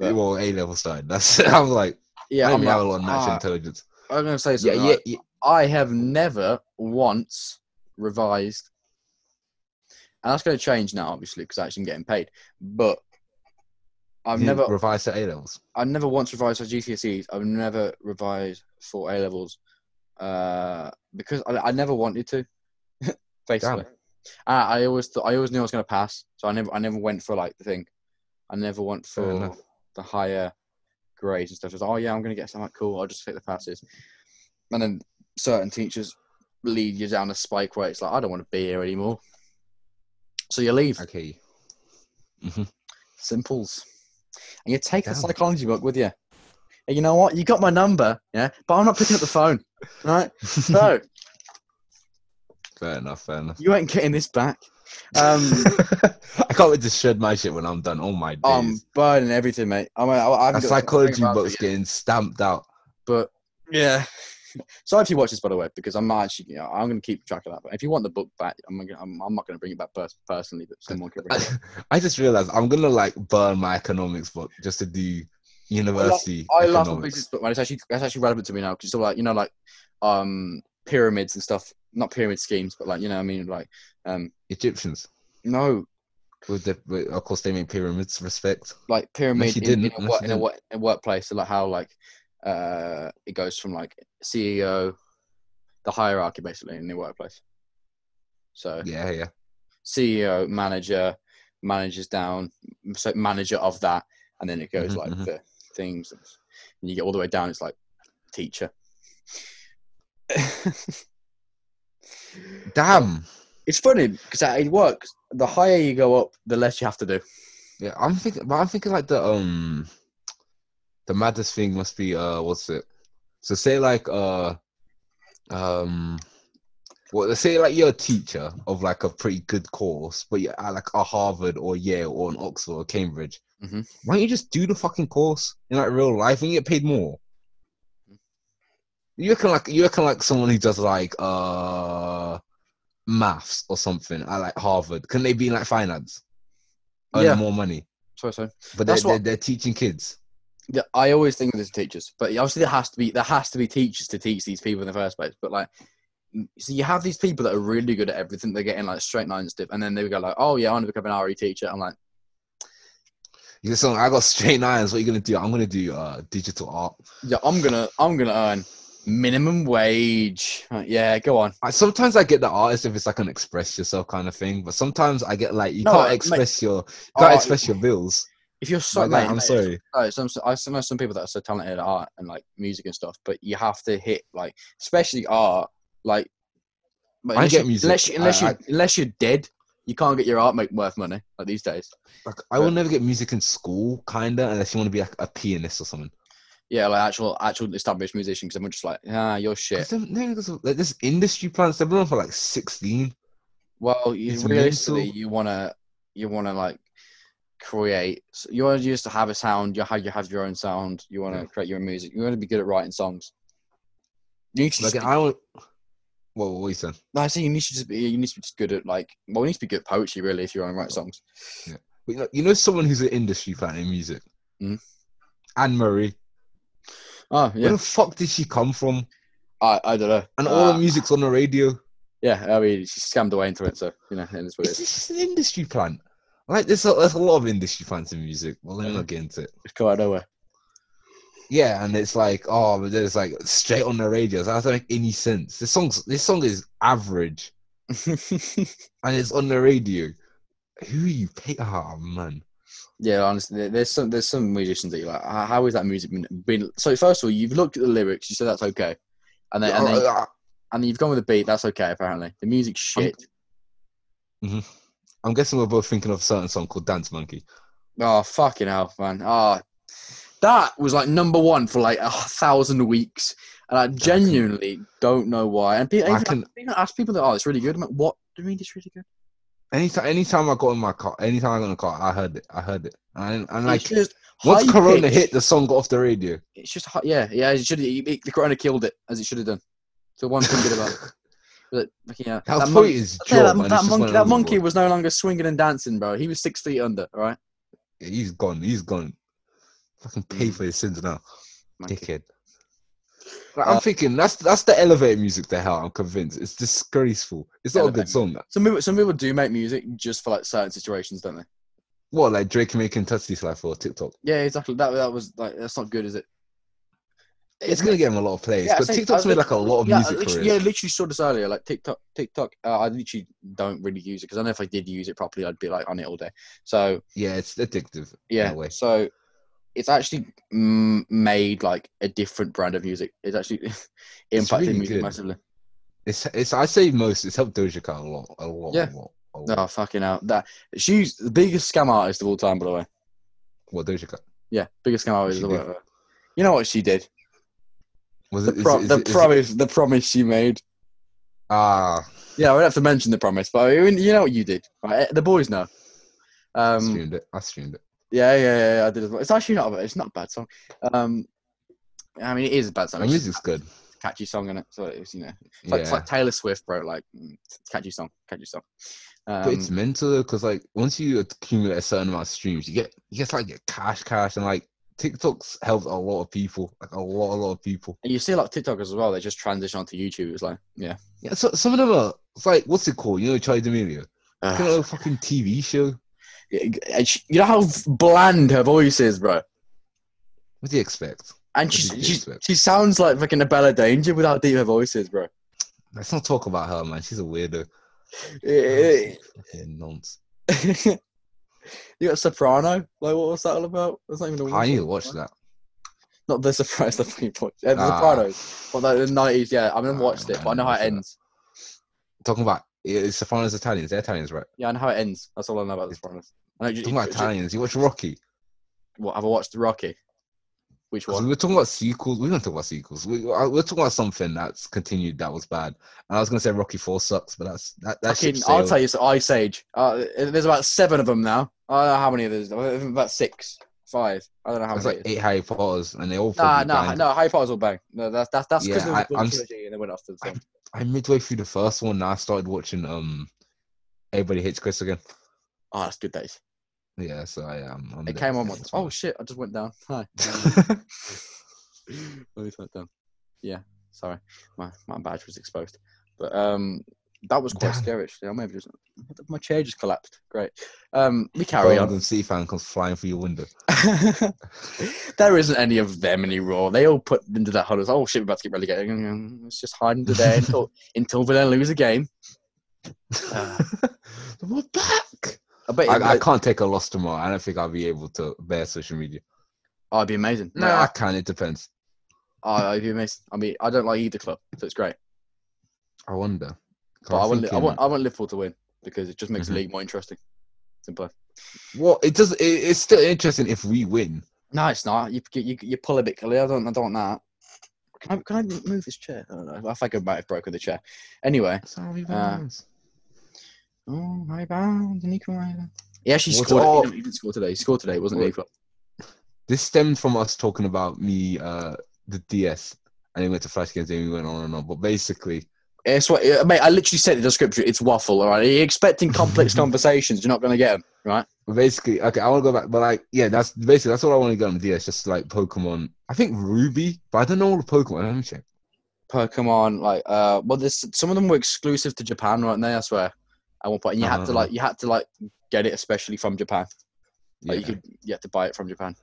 [SPEAKER 1] that.
[SPEAKER 2] well, A level started. That's <laughs> I'm like
[SPEAKER 1] Yeah,
[SPEAKER 2] I'm
[SPEAKER 1] I'm,
[SPEAKER 2] level on natural
[SPEAKER 1] ah,
[SPEAKER 2] intelligence.
[SPEAKER 1] I'm gonna say
[SPEAKER 2] Yeah,
[SPEAKER 1] something.
[SPEAKER 2] yeah,
[SPEAKER 1] like,
[SPEAKER 2] yeah.
[SPEAKER 1] I have never once revised, and that's going to change now, obviously, because actually I'm getting paid. But I've
[SPEAKER 2] You
[SPEAKER 1] never,
[SPEAKER 2] revised to A levels.
[SPEAKER 1] I've never once revised for GCSEs. E. I've never revised for A levels uh, because I, I never wanted to. <laughs> basically, I, I always, thought I always knew I was going to pass, so I never, I never went for like the thing. I never went
[SPEAKER 2] Fair
[SPEAKER 1] for
[SPEAKER 2] enough.
[SPEAKER 1] the higher grades and stuff. It's like, oh yeah, I'm going to get something cool. I'll just take the passes. And then certain teachers lead you down a spike where it's like, I don't want to be here anymore. So you leave.
[SPEAKER 2] Okay.
[SPEAKER 1] Simples. And you take the
[SPEAKER 2] Damn.
[SPEAKER 1] psychology book with you. And you know what? You got my number, yeah, but I'm not picking up the phone.
[SPEAKER 2] <laughs>
[SPEAKER 1] Right? No,
[SPEAKER 2] fair enough. Fair enough. <laughs>
[SPEAKER 1] you ain't getting this back. Um,
[SPEAKER 2] I can't wait to shred my shit when I'm done. Oh my days.
[SPEAKER 1] I'm burning everything, mate. I mean, I, Um, I
[SPEAKER 2] that
[SPEAKER 1] haven't got anything
[SPEAKER 2] psychology
[SPEAKER 1] about it
[SPEAKER 2] book's
[SPEAKER 1] yet,
[SPEAKER 2] getting stamped out. <laughs>
[SPEAKER 1] but yeah. Sorry if you watch this, by the way, because I'm not actually, you know, I'm going to keep track of that. But if you want the book back, I'm, gonna, I'm, I'm not going to bring it back pers- personally, but someone can bring it.
[SPEAKER 2] <laughs> I, I just realized I'm gonna like burn my economics book just to do university
[SPEAKER 1] I love the
[SPEAKER 2] economics.
[SPEAKER 1] business book, man. It's actually that's actually relevant to me now because it's all like you know, like um pyramids and stuff. Not pyramid schemes, but like you know, what I mean, like um
[SPEAKER 2] Egyptians,
[SPEAKER 1] no,
[SPEAKER 2] with the, with, of course, they make pyramids. Respect.
[SPEAKER 1] like pyramid
[SPEAKER 2] she
[SPEAKER 1] in, in,
[SPEAKER 2] didn't.
[SPEAKER 1] a,
[SPEAKER 2] No,
[SPEAKER 1] work,
[SPEAKER 2] she
[SPEAKER 1] in a,
[SPEAKER 2] didn't.
[SPEAKER 1] work, a workplace. So like how like uh it goes from like CEO, the hierarchy basically in the workplace. So
[SPEAKER 2] Yeah, yeah.
[SPEAKER 1] CEO, manager, managers down, so manager of that, and then it goes
[SPEAKER 2] Mhm,
[SPEAKER 1] like
[SPEAKER 2] mhm.
[SPEAKER 1] the things, and you get all the way down. It's like teacher.
[SPEAKER 2] Damn.
[SPEAKER 1] it's funny because it works. The higher you go up, the less you have to do.
[SPEAKER 2] Yeah, I'm thinking, but I'm thinking like the um, the maddest thing must be uh, what's it? So say like uh, um, well, let's say like you're a teacher of like a pretty good course, but you're at like a Harvard or Yale or an Oxford or Cambridge.
[SPEAKER 1] Mhm.
[SPEAKER 2] Why don't you just do the fucking course in like real life and you get paid more? You reckon like you reckon like someone who does like uh, maths or something at like Harvard can they be in like finance? Earn
[SPEAKER 1] Yeah.
[SPEAKER 2] more money.
[SPEAKER 1] So so
[SPEAKER 2] But
[SPEAKER 1] That's
[SPEAKER 2] they're,
[SPEAKER 1] what-
[SPEAKER 2] they're, they're teaching kids.
[SPEAKER 1] yeah, I always think of this as teachers, but obviously there has to be there has to be teachers to teach these people in the first place. But like, mm, so you have these people that are really good at everything. They're getting like straight nine stuff, and then they go like, "Oh yeah, I want to become an RE teacher." I'm like,
[SPEAKER 2] You just like, I got straight nines. What are you gonna do? I'm gonna do uh digital art.
[SPEAKER 1] "Yeah, I'm gonna I'm gonna earn minimum wage." Like, yeah, go on.
[SPEAKER 2] I, sometimes I get the artist if it's like an express yourself kind of thing, but sometimes I get like you
[SPEAKER 1] No,
[SPEAKER 2] can't
[SPEAKER 1] mate.
[SPEAKER 2] express your you can't
[SPEAKER 1] Oh,
[SPEAKER 2] express your bills.
[SPEAKER 1] If you're so,
[SPEAKER 2] Like that,
[SPEAKER 1] mate,
[SPEAKER 2] I'm
[SPEAKER 1] mate,
[SPEAKER 2] sorry.
[SPEAKER 1] No, some I know some people that are so talented at art and like music and stuff, but you have to hit like especially art like. But
[SPEAKER 2] I
[SPEAKER 1] unless
[SPEAKER 2] get
[SPEAKER 1] you-
[SPEAKER 2] music.
[SPEAKER 1] Unless you, unless,
[SPEAKER 2] I-
[SPEAKER 1] you, unless you're dead, you can't get your art make worth money like these days.
[SPEAKER 2] Like I will never get music in school, kinda, unless you want to be like a pianist or something.
[SPEAKER 1] Yeah, like actual actual established musicians, because everyone's just like, ah, you're
[SPEAKER 2] 'Cause
[SPEAKER 1] shit.
[SPEAKER 2] them- them niggas are- Like this industry plans, they've been on for like sixteen.
[SPEAKER 1] Well, you,
[SPEAKER 2] It's
[SPEAKER 1] realistically,
[SPEAKER 2] mental.
[SPEAKER 1] you wanna you wanna like create. So you want to just to have a sound. You have you have your own sound. You want to
[SPEAKER 2] Yeah.
[SPEAKER 1] create your own music. You want to be good at writing songs. You need to
[SPEAKER 2] Like
[SPEAKER 1] just
[SPEAKER 2] I don't. What what you saying?
[SPEAKER 1] No, I see you need to just be you need to be just good at like well, you need to be good at poetry really if you want to write songs.
[SPEAKER 2] But you know, you know someone who's an industry fan in music.
[SPEAKER 1] Mhm.
[SPEAKER 2] Anne Marie.
[SPEAKER 1] Oh
[SPEAKER 2] Where
[SPEAKER 1] yeah,
[SPEAKER 2] the fuck did she come from?
[SPEAKER 1] I, I don't know.
[SPEAKER 2] And all
[SPEAKER 1] Uh,
[SPEAKER 2] her music's on the radio.
[SPEAKER 1] yeah, I mean she scammed away into it, so you know, and it's what it
[SPEAKER 2] It's,
[SPEAKER 1] is.
[SPEAKER 2] it's an industry plant. Like there's a, there's a lot of industry fans in music. Well, let me
[SPEAKER 1] Mm.
[SPEAKER 2] not get into it.
[SPEAKER 1] It's come out of nowhere. <laughs>
[SPEAKER 2] Yeah, and it's like, oh, but there's like straight on the radio. So that doesn't make any sense. This song's this song is average, and it's on the radio. Who you pick? Oh man,
[SPEAKER 1] yeah, honestly, there- there's some there's some musicians that you're like, "Ah, how is that music been, been? So first of all, you've looked at the lyrics, you said that's okay, and then and, then,
[SPEAKER 2] I,
[SPEAKER 1] and you've gone with the beat, that's okay apparently. The music's shit.
[SPEAKER 2] am guessing we're both thinking of a certain song called Dance Monkey.
[SPEAKER 1] Oh fucking hell, man! Ah, that was like number one for like a thousand weeks, and I genuinely don't know why. And people,
[SPEAKER 2] I
[SPEAKER 1] I
[SPEAKER 2] can-
[SPEAKER 1] ask people that, "Oh, it's really good." I'm like, "What do you mean it's really good?"
[SPEAKER 2] Anytime, anytime I got in my car, anytime I got in the car, I heard it. I heard it, and, and
[SPEAKER 1] it's
[SPEAKER 2] like
[SPEAKER 1] just
[SPEAKER 2] once
[SPEAKER 1] high
[SPEAKER 2] Corona
[SPEAKER 1] pitch.
[SPEAKER 2] hit, the song got off the radio.
[SPEAKER 1] It's just hi- yeah, yeah. It should it, it- the Corona killed it as it should have done. So one thing good about
[SPEAKER 2] <laughs>
[SPEAKER 1] it. But, fucking hell.
[SPEAKER 2] That,
[SPEAKER 1] that,
[SPEAKER 2] point
[SPEAKER 1] mon-
[SPEAKER 2] is
[SPEAKER 1] yeah,
[SPEAKER 2] job,
[SPEAKER 1] that,
[SPEAKER 2] and
[SPEAKER 1] that
[SPEAKER 2] it's just
[SPEAKER 1] monkey,
[SPEAKER 2] went
[SPEAKER 1] that monkey
[SPEAKER 2] overboard.
[SPEAKER 1] was no longer swinging and dancing, bro. He was six feet under. All right,
[SPEAKER 2] Yeah, he's gone. He's gone. Fucking pay
[SPEAKER 1] Mm.
[SPEAKER 2] for his sins now,
[SPEAKER 1] Monkey.
[SPEAKER 2] dickhead. Like, I'm
[SPEAKER 1] Uh,
[SPEAKER 2] thinking that's that's the elevator music to hell. I'm convinced it's disgraceful. It's not a
[SPEAKER 1] Elevator
[SPEAKER 2] good song.
[SPEAKER 1] Some people, some people do make music just for like certain situations, don't they?
[SPEAKER 2] What like Drake making Tootsie Slide for TikTok?
[SPEAKER 1] Yeah, exactly. That that was like that's not good, is it?
[SPEAKER 2] It's gonna get him a lot of plays.
[SPEAKER 1] Yeah, I
[SPEAKER 2] but
[SPEAKER 1] say-
[SPEAKER 2] TikTok's
[SPEAKER 1] I
[SPEAKER 2] made like a lot of
[SPEAKER 1] yeah, I
[SPEAKER 2] music
[SPEAKER 1] literally,
[SPEAKER 2] careers.
[SPEAKER 1] yeah, literally saw this earlier. Like TikTok, TikTok. Uh, I literally don't really use it because I know if I did use it properly, I'd be like on it all day. So
[SPEAKER 2] Yeah, it's addictive.
[SPEAKER 1] yeah,
[SPEAKER 2] way.
[SPEAKER 1] so it's actually mm, made like a different brand of music. It's actually <laughs> impacted
[SPEAKER 2] really
[SPEAKER 1] music
[SPEAKER 2] good.
[SPEAKER 1] massively.
[SPEAKER 2] It's it's I say most. It's helped Doja Cat a lot, a lot,
[SPEAKER 1] Yeah.
[SPEAKER 2] a lot. A lot.
[SPEAKER 1] Oh fucking hell! That she's the biggest scam artist of all time, by the way.
[SPEAKER 2] What Doja Cat
[SPEAKER 1] Yeah, biggest scam artist
[SPEAKER 2] she
[SPEAKER 1] of
[SPEAKER 2] did?
[SPEAKER 1] all time. You know what she did?
[SPEAKER 2] was
[SPEAKER 1] The,
[SPEAKER 2] it? is
[SPEAKER 1] pro-
[SPEAKER 2] it- is
[SPEAKER 1] the
[SPEAKER 2] it- is it-
[SPEAKER 1] promise, the promise she made.
[SPEAKER 2] Ah,
[SPEAKER 1] Yeah, I would have to mention the promise, but I mean, you know what you did. Right? Eh, The boys know.
[SPEAKER 2] I
[SPEAKER 1] Um,
[SPEAKER 2] streamed it. I streamed it.
[SPEAKER 1] yeah, yeah, yeah, yeah, I did as well. It's actually not. a- It's not a bad song. Um, I mean, it is a bad song.
[SPEAKER 2] The
[SPEAKER 1] It's just
[SPEAKER 2] music's good.
[SPEAKER 1] a catchy song, and it? So it's you know, it's like, it's
[SPEAKER 2] Oh, Yeah,
[SPEAKER 1] like Taylor Swift wrote like mm, it's a catchy song, catchy song. Um,
[SPEAKER 2] but it's mental though, because like once you accumulate a certain amount of streams, you get you get like get cash, cash, and like TikTok's helped a lot of people, like a lot, a lot of people.
[SPEAKER 1] and you see like TikTok as well. They just transition onto YouTube. It's like yeah,
[SPEAKER 2] Yeah, so some of them are. It's like what's it called? You know, Charlie
[SPEAKER 1] <sighs>
[SPEAKER 2] D'Amelio.
[SPEAKER 1] Ugh.
[SPEAKER 2] You know, fucking TV show.
[SPEAKER 1] And she- you know how bland her voice is, bro.
[SPEAKER 2] What do you expect?
[SPEAKER 1] And
[SPEAKER 2] What
[SPEAKER 1] she
[SPEAKER 2] did you
[SPEAKER 1] she,
[SPEAKER 2] expect?
[SPEAKER 1] she sounds like fucking Abella Danger without deep her voice is, bro. <laughs>
[SPEAKER 2] Let's not talk about her, man. She's a weirdo.
[SPEAKER 1] Eh,
[SPEAKER 2] Fucking nonce.
[SPEAKER 1] you got Soprano? Like, what was that all about? That's not even a
[SPEAKER 2] I need to watch that.
[SPEAKER 1] Not The Sopranos, the fucking point. Yeah, the
[SPEAKER 2] Ah.
[SPEAKER 1] Sopranos. Well, the, the 90s, yeah. I haven't
[SPEAKER 2] Ah,
[SPEAKER 1] watched it, but I know how it
[SPEAKER 2] I never
[SPEAKER 1] ends.
[SPEAKER 2] Talking about it's Sopranos Italians. They're Italians, right?
[SPEAKER 1] Yeah, I know how it ends. That's all I know about The Sopranos. I know, you,
[SPEAKER 2] Talking about
[SPEAKER 1] you-
[SPEAKER 2] Italians. You watch Rocky.
[SPEAKER 1] what, have I watched Rocky? Which
[SPEAKER 2] 'Cause
[SPEAKER 1] one?
[SPEAKER 2] we were talking about sequels. We don't talk about sequels. We, I- we're talking about something that's continued that was bad. And I was gonna say Rocky Four sucks, but that's that. that
[SPEAKER 1] Fucking,
[SPEAKER 2] ship
[SPEAKER 1] I'll
[SPEAKER 2] sailed.
[SPEAKER 1] tell you, so Ice Age. Uh, there's about seven of them now. I don't know how many of those. About six, five. I don't know how
[SPEAKER 2] There's
[SPEAKER 1] many.
[SPEAKER 2] like
[SPEAKER 1] it is.
[SPEAKER 2] eight Harry Potters, and they all.
[SPEAKER 1] Nah,
[SPEAKER 2] probably
[SPEAKER 1] no,
[SPEAKER 2] banned.
[SPEAKER 1] no, Harry Potter's all bang. No, that's that's that's because
[SPEAKER 2] Yeah,
[SPEAKER 1] there
[SPEAKER 2] I-
[SPEAKER 1] was one
[SPEAKER 2] I'm s-
[SPEAKER 1] trilogy and they went off to the second.
[SPEAKER 2] I'm midway through the first one. Now I started watching um, Everybody Hates Chris again.
[SPEAKER 1] Oh, that's good days.
[SPEAKER 2] Yeah, so I am. Um, Oh,
[SPEAKER 1] It
[SPEAKER 2] <laughs>
[SPEAKER 1] came on once. Oh shit! I just went down. <laughs> Hi. Let me put it down. Yeah, sorry, my my badge was exposed, but um, that was quite
[SPEAKER 2] Damn.
[SPEAKER 1] scary. Actually, I maybe just my chair just collapsed. Great. Um, we <laughs> carry on.
[SPEAKER 2] Birmingham City fan comes flying through your window.
[SPEAKER 1] <laughs> there isn't any of them anymore. They all put into their huddles. Oh shit, we're about to get relegated. Mm, Let's just hide under there <laughs> until until we then lose a <sighs> game. Ah.
[SPEAKER 2] We're back.
[SPEAKER 1] I bet
[SPEAKER 2] I,
[SPEAKER 1] it,
[SPEAKER 2] I can't take a loss tomorrow. I don't think I'll be able to bear social media.
[SPEAKER 1] oh, it'd be amazing.
[SPEAKER 2] No, I can. It depends.
[SPEAKER 1] oh, it'd be amazing. I mean, I don't like either club, so it's great.
[SPEAKER 2] I wonder.
[SPEAKER 1] But I
[SPEAKER 2] I'm
[SPEAKER 1] want, li- I
[SPEAKER 2] thinking-
[SPEAKER 1] want I want Liverpool to win because it just makes the
[SPEAKER 2] Mhm.
[SPEAKER 1] league more interesting. Simple.
[SPEAKER 2] Well, it does. It, it's still interesting if we win.
[SPEAKER 1] No, it's not. You you, you pull a bit clear. I don't I don't want that. Can I, can I move this chair? I don't know. I think I might have broken the chair. Anyway.
[SPEAKER 2] Sorry,
[SPEAKER 1] Ah. Oh, my bound and equalizer. Yeah, she
[SPEAKER 2] What-
[SPEAKER 1] scored.
[SPEAKER 2] oh.
[SPEAKER 1] He, didn't, he didn't score today. He scored today, wasn't
[SPEAKER 2] What-
[SPEAKER 1] he? But-
[SPEAKER 2] this stemmed from us talking about me, uh, the DS, and then we went to Flash Games, and we went on and on. But basically,
[SPEAKER 1] It's what, yeah, mate. I literally said in the description. It's waffle. All right. You're expecting
[SPEAKER 2] <laughs>
[SPEAKER 1] complex conversations. You're not going to get them, right?
[SPEAKER 2] But basically, okay, I want to go back, but like, yeah, that's basically that's all I want to get on the DS. Just like Pokemon, I think Ruby, but I don't know all the Pokemon. Let me check.
[SPEAKER 1] Pokemon, like, uh, well, there's some of them were exclusive to Japan, weren't they? I swear. At one point, and you had to
[SPEAKER 2] Uh.
[SPEAKER 1] like, you had to like get it especially from Japan.
[SPEAKER 2] Yeah,
[SPEAKER 1] Like, you could, you had to buy it from Japan.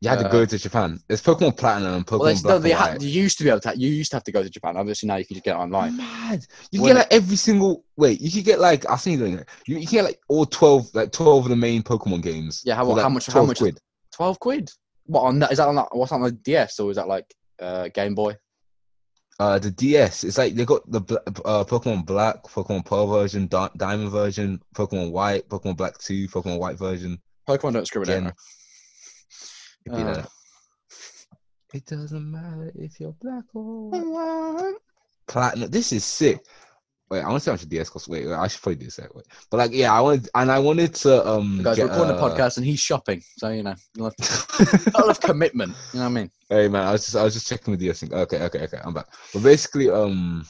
[SPEAKER 2] you had to
[SPEAKER 1] uh,
[SPEAKER 2] go to Japan. There's Pokemon Platinum and Pokemon
[SPEAKER 1] Well, they,
[SPEAKER 2] Black
[SPEAKER 1] no, they
[SPEAKER 2] and
[SPEAKER 1] had,
[SPEAKER 2] White.
[SPEAKER 1] you used to be able to. You used to have to go to Japan. Obviously, now you can just get it
[SPEAKER 2] <gasps>
[SPEAKER 1] online.
[SPEAKER 2] Mad. You can
[SPEAKER 1] When-
[SPEAKER 2] get like every single wait. You could get like I've seen it. You, you can get like all twelve, like twelve of the main Pokemon games.
[SPEAKER 1] Yeah, how-
[SPEAKER 2] for,
[SPEAKER 1] how
[SPEAKER 2] like,
[SPEAKER 1] much- how
[SPEAKER 2] 12
[SPEAKER 1] much-
[SPEAKER 2] Quid.
[SPEAKER 1] Twelve quid. What on that? Is that on that? What's on the DS or is that like uh, Game Boy?
[SPEAKER 2] Uh, the DS. It's like they got the bla- uh, Pokemon Black, Pokemon Pearl version, Di- Diamond version, Pokemon White, Pokemon Blablack Two, Pokemon White version.
[SPEAKER 1] Pokemon don't discriminate.
[SPEAKER 2] Gen-
[SPEAKER 1] no.
[SPEAKER 2] It'd be
[SPEAKER 1] Uh.
[SPEAKER 2] like, It doesn't matter if you're black or white." platinum. This is sick. Wait, I want to see how much the DS costs. Wait, wait, I should probably do this that way. But like, yeah, I wanted and I wanted to um.
[SPEAKER 1] Guys,
[SPEAKER 2] get,
[SPEAKER 1] we're recording
[SPEAKER 2] uh,
[SPEAKER 1] a podcast and he's shopping, so you know, you'll have,
[SPEAKER 2] <laughs>
[SPEAKER 1] you'll have commitment. You know what I mean?
[SPEAKER 2] Hey man, I was just I was just checking with the thing. Okay, okay, okay, I'm back. But basically, um,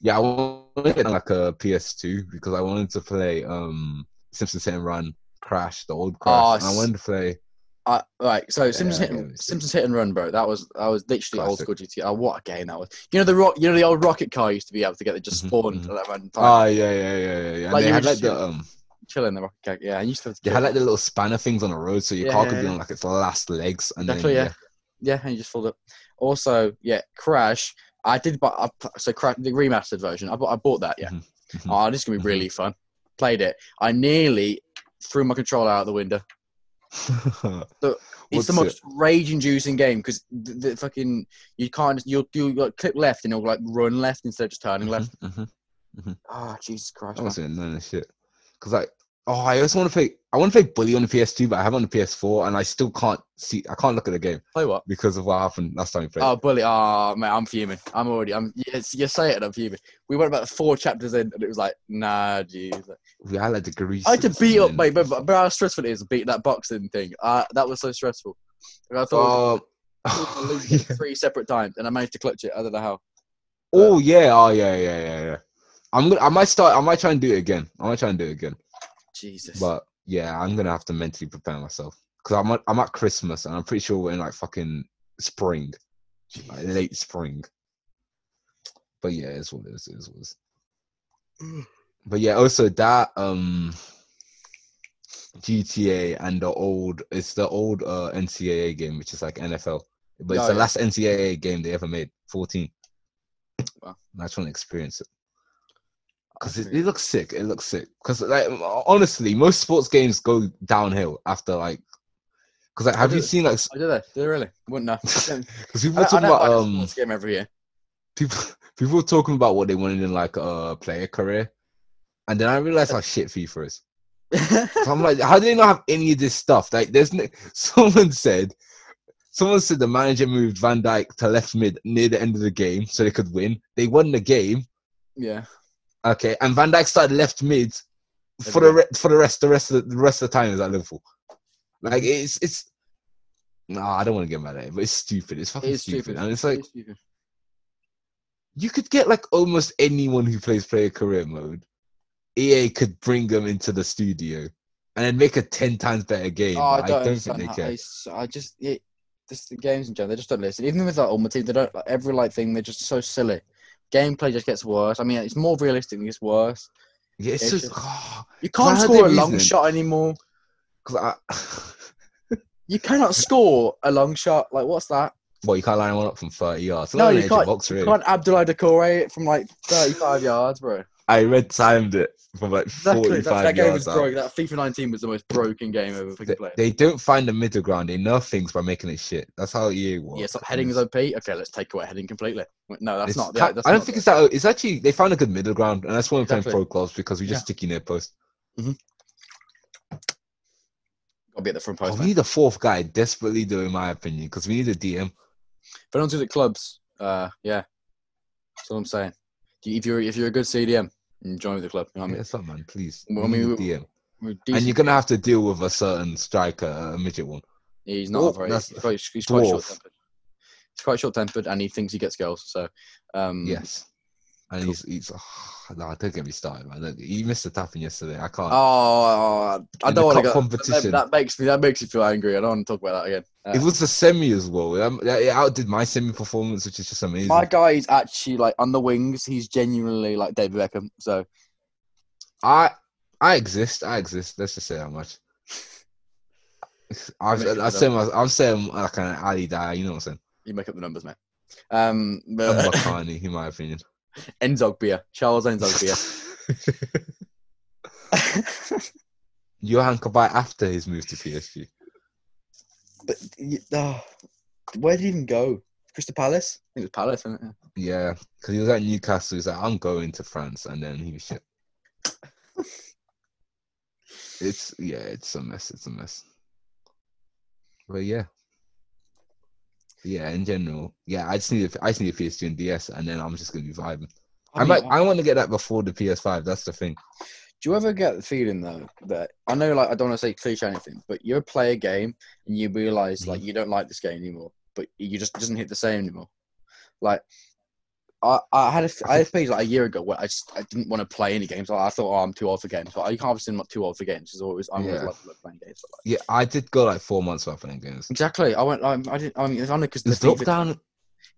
[SPEAKER 2] yeah, I wanted to get, like a PS2 because I wanted to play um Simpsons Hit and Run, Crash, the old Crash.
[SPEAKER 1] Oh,
[SPEAKER 2] and I
[SPEAKER 1] s-
[SPEAKER 2] wanted to play.
[SPEAKER 1] Uh, right, so Simpsons, hit,
[SPEAKER 2] Yeah, yeah, we see.
[SPEAKER 1] Simpsons hit and run, bro. That was that was literally old
[SPEAKER 2] Classic.
[SPEAKER 1] school GTA. Oh, what a game that was! You know the rock, you know the old rocket car used to be able to get that just
[SPEAKER 2] Mhm,
[SPEAKER 1] spawned
[SPEAKER 2] mhm.
[SPEAKER 1] at that random time,
[SPEAKER 2] Oh yeah, yeah, yeah, yeah. yeah. And
[SPEAKER 1] Like,
[SPEAKER 2] they
[SPEAKER 1] you
[SPEAKER 2] had
[SPEAKER 1] were
[SPEAKER 2] like
[SPEAKER 1] just-
[SPEAKER 2] the um,
[SPEAKER 1] chilling the rocket car. Yeah, and you used to. Have to
[SPEAKER 2] they
[SPEAKER 1] kill
[SPEAKER 2] had
[SPEAKER 1] it.
[SPEAKER 2] like the little spanner things on the road, so your
[SPEAKER 1] Yeah,
[SPEAKER 2] car
[SPEAKER 1] yeah,
[SPEAKER 2] could be
[SPEAKER 1] yeah.
[SPEAKER 2] on like its last legs. And
[SPEAKER 1] Exactly,
[SPEAKER 2] then,
[SPEAKER 1] yeah. yeah, and you just filled up. Also, yeah, Crash. I did, but I, pl- so Crash the remastered version. I bought, I bought that. Yeah.
[SPEAKER 2] Mhm, mhm.
[SPEAKER 1] Oh, this is gonna be
[SPEAKER 2] Mhm.
[SPEAKER 1] really fun. Played it. I nearly threw my controller out the window. It's the
[SPEAKER 2] <laughs> What's
[SPEAKER 1] most rage-inducing game because the, the fucking you can't you'll you like click left and it'll like run left instead of just turning left.
[SPEAKER 2] Mhm, mhm.
[SPEAKER 1] Oh, Jesus Christ!
[SPEAKER 2] I
[SPEAKER 1] man.
[SPEAKER 2] wasn't in none of this shit. Cause like, oh, I also want to play. I want to play Bully on the PS2, but I have it on the PS4, and I still can't see. I can't look at the game
[SPEAKER 1] Play what?
[SPEAKER 2] because of what happened last time we played.
[SPEAKER 1] Oh, bully! Oh, man, I'm fuming. I'm already. I'm. Yes, you say it, and I'm fuming. We went about four chapters in, and it was like, nah, jeez.
[SPEAKER 2] we had like the grease.
[SPEAKER 1] I had to
[SPEAKER 2] and
[SPEAKER 1] beat up,
[SPEAKER 2] then-
[SPEAKER 1] mate. But, but how stressful it is to beat that boxing thing. Uh, that was so stressful. Like, I thought
[SPEAKER 2] <laughs> Oh,
[SPEAKER 1] I was gonna lose
[SPEAKER 2] <laughs> yeah.
[SPEAKER 1] it three separate times, and I managed to clutch it. I don't know how.
[SPEAKER 2] oh yeah, oh yeah, yeah, yeah, yeah. I'm gonna. I might start. I might try and do it again. I might try and do it again.
[SPEAKER 1] Jesus.
[SPEAKER 2] But yeah, I'm gonna have to mentally prepare myself because I'm at, I'm at Christmas, and I'm pretty sure we're in like fucking spring, like,
[SPEAKER 1] Jesus.
[SPEAKER 2] late spring. But yeah, it's what it is. It's what it is.
[SPEAKER 1] <sighs>
[SPEAKER 2] but yeah, also that um GTA and the old it's the old uh NCAA game, which is like NFL, but it's
[SPEAKER 1] Oh,
[SPEAKER 2] the
[SPEAKER 1] yeah.
[SPEAKER 2] last NCAA game they ever made, 14.
[SPEAKER 1] Wow.
[SPEAKER 2] And I just want to experience it because it,
[SPEAKER 1] Okay.
[SPEAKER 2] it looks sick. It looks sick because like honestly, most sports games go downhill after like because like have you
[SPEAKER 1] do-
[SPEAKER 2] seen like
[SPEAKER 1] I did they? Did they really? Wouldn't
[SPEAKER 2] <laughs>
[SPEAKER 1] know.
[SPEAKER 2] because people
[SPEAKER 1] I, don't- I
[SPEAKER 2] were talking
[SPEAKER 1] don't
[SPEAKER 2] about
[SPEAKER 1] like a
[SPEAKER 2] um
[SPEAKER 1] sports game every year.
[SPEAKER 2] people <laughs> people were talking about what they wanted in like a player career, and then I realized how shit FIFA is.
[SPEAKER 1] <laughs>
[SPEAKER 2] So I'm like, how do they not have any of this stuff? Like, there's no. <laughs> Someone said, someone said the manager moved Van Dyke to left mid near the end of the game so they could win. They won the game,
[SPEAKER 1] yeah.
[SPEAKER 2] okay, and Van Dyke started left mid for the re- for the rest the rest of the, the rest of the time is at Liverpool. Like it's it's. No, I don't want to get mad at it, but it's stupid. It's fucking
[SPEAKER 1] It's
[SPEAKER 2] stupid.
[SPEAKER 1] stupid.
[SPEAKER 2] and it's like
[SPEAKER 1] It's stupid.
[SPEAKER 2] you could get like almost anyone who plays player career mode. EA could bring them into the studio and then make a ten times better game.
[SPEAKER 1] Oh, I
[SPEAKER 2] but
[SPEAKER 1] don't,
[SPEAKER 2] think
[SPEAKER 1] understand
[SPEAKER 2] they
[SPEAKER 1] how-
[SPEAKER 2] can.
[SPEAKER 1] I, s- I just it, just the games in general, they just don't listen. Even with like all my team, they don't like, every like thing. They're just so silly. Gameplay just gets worse. I mean, it's more realistic, it gets worse.
[SPEAKER 2] Yeah, it's
[SPEAKER 1] Yeah,
[SPEAKER 2] just ah,
[SPEAKER 1] sure. You
[SPEAKER 2] because Well,
[SPEAKER 1] can't
[SPEAKER 2] how
[SPEAKER 1] score a
[SPEAKER 2] they
[SPEAKER 1] long
[SPEAKER 2] reason it.
[SPEAKER 1] shot anymore.
[SPEAKER 2] I. <sighs>
[SPEAKER 1] You cannot score a long shot. Like what's that?
[SPEAKER 2] Well, you can't line one up from 30 yards.
[SPEAKER 1] No,
[SPEAKER 2] Not an
[SPEAKER 1] you
[SPEAKER 2] edge
[SPEAKER 1] can't-
[SPEAKER 2] Box,
[SPEAKER 1] You
[SPEAKER 2] really.
[SPEAKER 1] can't Abdullah Decore it from like 35 yards, bro.
[SPEAKER 2] I red timed it from like
[SPEAKER 1] Exactly.
[SPEAKER 2] 45
[SPEAKER 1] That, that game was
[SPEAKER 2] yards out.
[SPEAKER 1] broke. That FIFA 19 was the most broken game ever
[SPEAKER 2] They,
[SPEAKER 1] fucking played.
[SPEAKER 2] they don't find the middle ground. They nerf things by making it shit. That's how EA works.
[SPEAKER 1] Yeah, stop heading is OP. Okay, let's take away heading completely. Wait, No, that's
[SPEAKER 2] It's
[SPEAKER 1] not.
[SPEAKER 2] ca-
[SPEAKER 1] Yeah, that's
[SPEAKER 2] I don't
[SPEAKER 1] not
[SPEAKER 2] think
[SPEAKER 1] the-
[SPEAKER 2] it's that. It's actually they found a good middle ground, and that's why we're
[SPEAKER 1] Exactly.
[SPEAKER 2] playing pro clubs because we just
[SPEAKER 1] Yeah.
[SPEAKER 2] stick you near post.
[SPEAKER 1] I'll be at the front
[SPEAKER 2] Oh,
[SPEAKER 1] post.
[SPEAKER 2] we
[SPEAKER 1] mate.
[SPEAKER 2] need a fourth guy desperately, though, in my opinion, because we need a DM.
[SPEAKER 1] If anyone's good at clubs, uh, yeah, that's what I'm saying. Do you- If you're if you're a good CDM, mm, join with the club. You know what I mean?
[SPEAKER 2] Yes, up, man, please.
[SPEAKER 1] Well,
[SPEAKER 2] We
[SPEAKER 1] I
[SPEAKER 2] need
[SPEAKER 1] mean,
[SPEAKER 2] a DM.
[SPEAKER 1] We're
[SPEAKER 2] And
[SPEAKER 1] decent-
[SPEAKER 2] you're gonna have to deal with a certain striker, a midget one.
[SPEAKER 1] He's not
[SPEAKER 2] Oh,
[SPEAKER 1] a very.
[SPEAKER 2] that's-
[SPEAKER 1] He's quite, he's quite
[SPEAKER 2] dwarf.
[SPEAKER 1] short tempered. He's quite short tempered, and he thinks he gets girls. So, um,
[SPEAKER 2] Yes. And he's, he's oh, no, don't get me started, man. Look, He missed the tapping yesterday. I can't.
[SPEAKER 1] Oh, I
[SPEAKER 2] In the
[SPEAKER 1] don't want to
[SPEAKER 2] cup
[SPEAKER 1] go.
[SPEAKER 2] competition.
[SPEAKER 1] That makes me. That makes me feel angry. I don't want to talk about that again. Uh,
[SPEAKER 2] it was the semi as well. Um, yeah, It outdid my semi performance, which is just amazing.
[SPEAKER 1] my guy is actually like on the wings. He's genuinely like David Beckham. So
[SPEAKER 2] I I exist. I exist. Let's just say that much. I,
[SPEAKER 1] Make it
[SPEAKER 2] I, I
[SPEAKER 1] up.
[SPEAKER 2] say my, I'm saying like an Ali Dyer, you know what I'm saying?
[SPEAKER 1] you make up the numbers, mate. Um,
[SPEAKER 2] I'm
[SPEAKER 1] <laughs> but
[SPEAKER 2] Bakani, in my opinion.
[SPEAKER 1] Enzogbia, Charles Enzogbia.
[SPEAKER 2] <laughs> Johan Kabay after his move to PSG.
[SPEAKER 1] but y- oh, where did he even go? Crystal Palace. I think it was Palace. Isn't it?
[SPEAKER 2] Yeah, because he was at Newcastle. He's like, I'm going to France, and then he was shit. it's yeah, it's a mess. It's a mess. But yeah, yeah. In general, yeah. I just need a, I just need a PS2 and DS, and then I'm just gonna be vibing. I,
[SPEAKER 1] mean,
[SPEAKER 2] might. I want to get that before the PS5. That's the thing.
[SPEAKER 1] Do you ever get the feeling though that I know, like, I don't want to say cliche or anything, but you play a game and you realize like you don't like this game anymore, but you just it doesn't hit the same anymore. Like, I, I had a I had a phase like a year ago where I just I didn't want to play any games. Like, I thought, oh, I'm too old for games. But I can't obviously I'm not too old for games. It's always I'm always
[SPEAKER 2] Yeah.
[SPEAKER 1] like, like playing games. But, like,
[SPEAKER 2] Yeah, I did go like four months without playing games.
[SPEAKER 1] exactly. I went. Like, I didn't. I mean, it's only because the
[SPEAKER 2] This
[SPEAKER 1] FIFA
[SPEAKER 2] lockdown.
[SPEAKER 1] it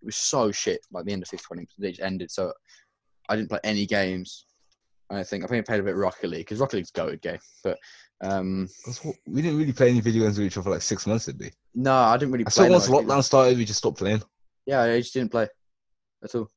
[SPEAKER 1] was so shit. Like the end of FIFA 20, they just ended. So I didn't play any games. And I think I think I played a bit of Rocket League because Rocket League's a goated game. But um,
[SPEAKER 2] that's what- We didn't really play any video games with each other for like six months, did we?
[SPEAKER 1] no, I didn't really
[SPEAKER 2] I
[SPEAKER 1] play.
[SPEAKER 2] saw
[SPEAKER 1] no,
[SPEAKER 2] once
[SPEAKER 1] I didn't-
[SPEAKER 2] lockdown started, we just stopped playing.
[SPEAKER 1] Yeah, I just didn't play at all.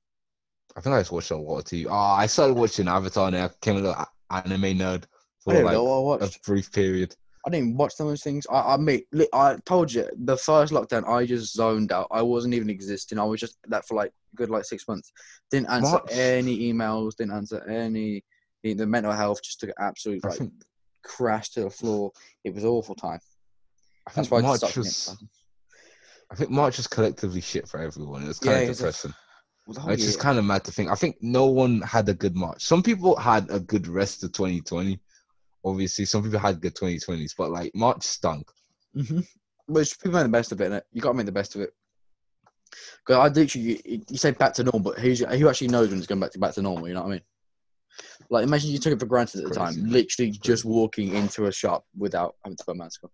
[SPEAKER 2] I think I was watching a lot of TV. Oh, I started watching Avatar and I became a little a- anime nerd
[SPEAKER 1] I
[SPEAKER 2] for
[SPEAKER 1] don't
[SPEAKER 2] like
[SPEAKER 1] know what I
[SPEAKER 2] a
[SPEAKER 1] watched.
[SPEAKER 2] brief period.
[SPEAKER 1] I didn't even watch some of those things. I, I mate, li- I told you the first lockdown, I just zoned out. I wasn't even existing. I was just that for like a good like six months. Didn't answer
[SPEAKER 2] What?
[SPEAKER 1] any emails. Didn't answer any. The mental health just took an absolute
[SPEAKER 2] I
[SPEAKER 1] like
[SPEAKER 2] think,
[SPEAKER 1] crash to the floor. It was awful time.
[SPEAKER 2] I
[SPEAKER 1] That's
[SPEAKER 2] think
[SPEAKER 1] why I
[SPEAKER 2] March
[SPEAKER 1] just stopped. doing it.
[SPEAKER 2] was. I think March was collectively shit for everyone. It was
[SPEAKER 1] Yeah, it
[SPEAKER 2] kind of
[SPEAKER 1] was a-
[SPEAKER 2] depressing.
[SPEAKER 1] Well, the whole
[SPEAKER 2] It's just
[SPEAKER 1] year.
[SPEAKER 2] kind of mad to think. I think no one had a good March. Some people had a good rest of 2020. Obviously, some people had good 2020s, but like March stunk.
[SPEAKER 1] Mm-hmm. Which people make the best of it, innit? You got to make the best of it. 'Cause I literally, you, you say back to normal, but who's, who actually knows when it's going back to back to normal? You know what I mean? Like, imagine you took it for granted at the time,
[SPEAKER 2] Crazy.
[SPEAKER 1] literally just walking into a shop without having to wear a mask on.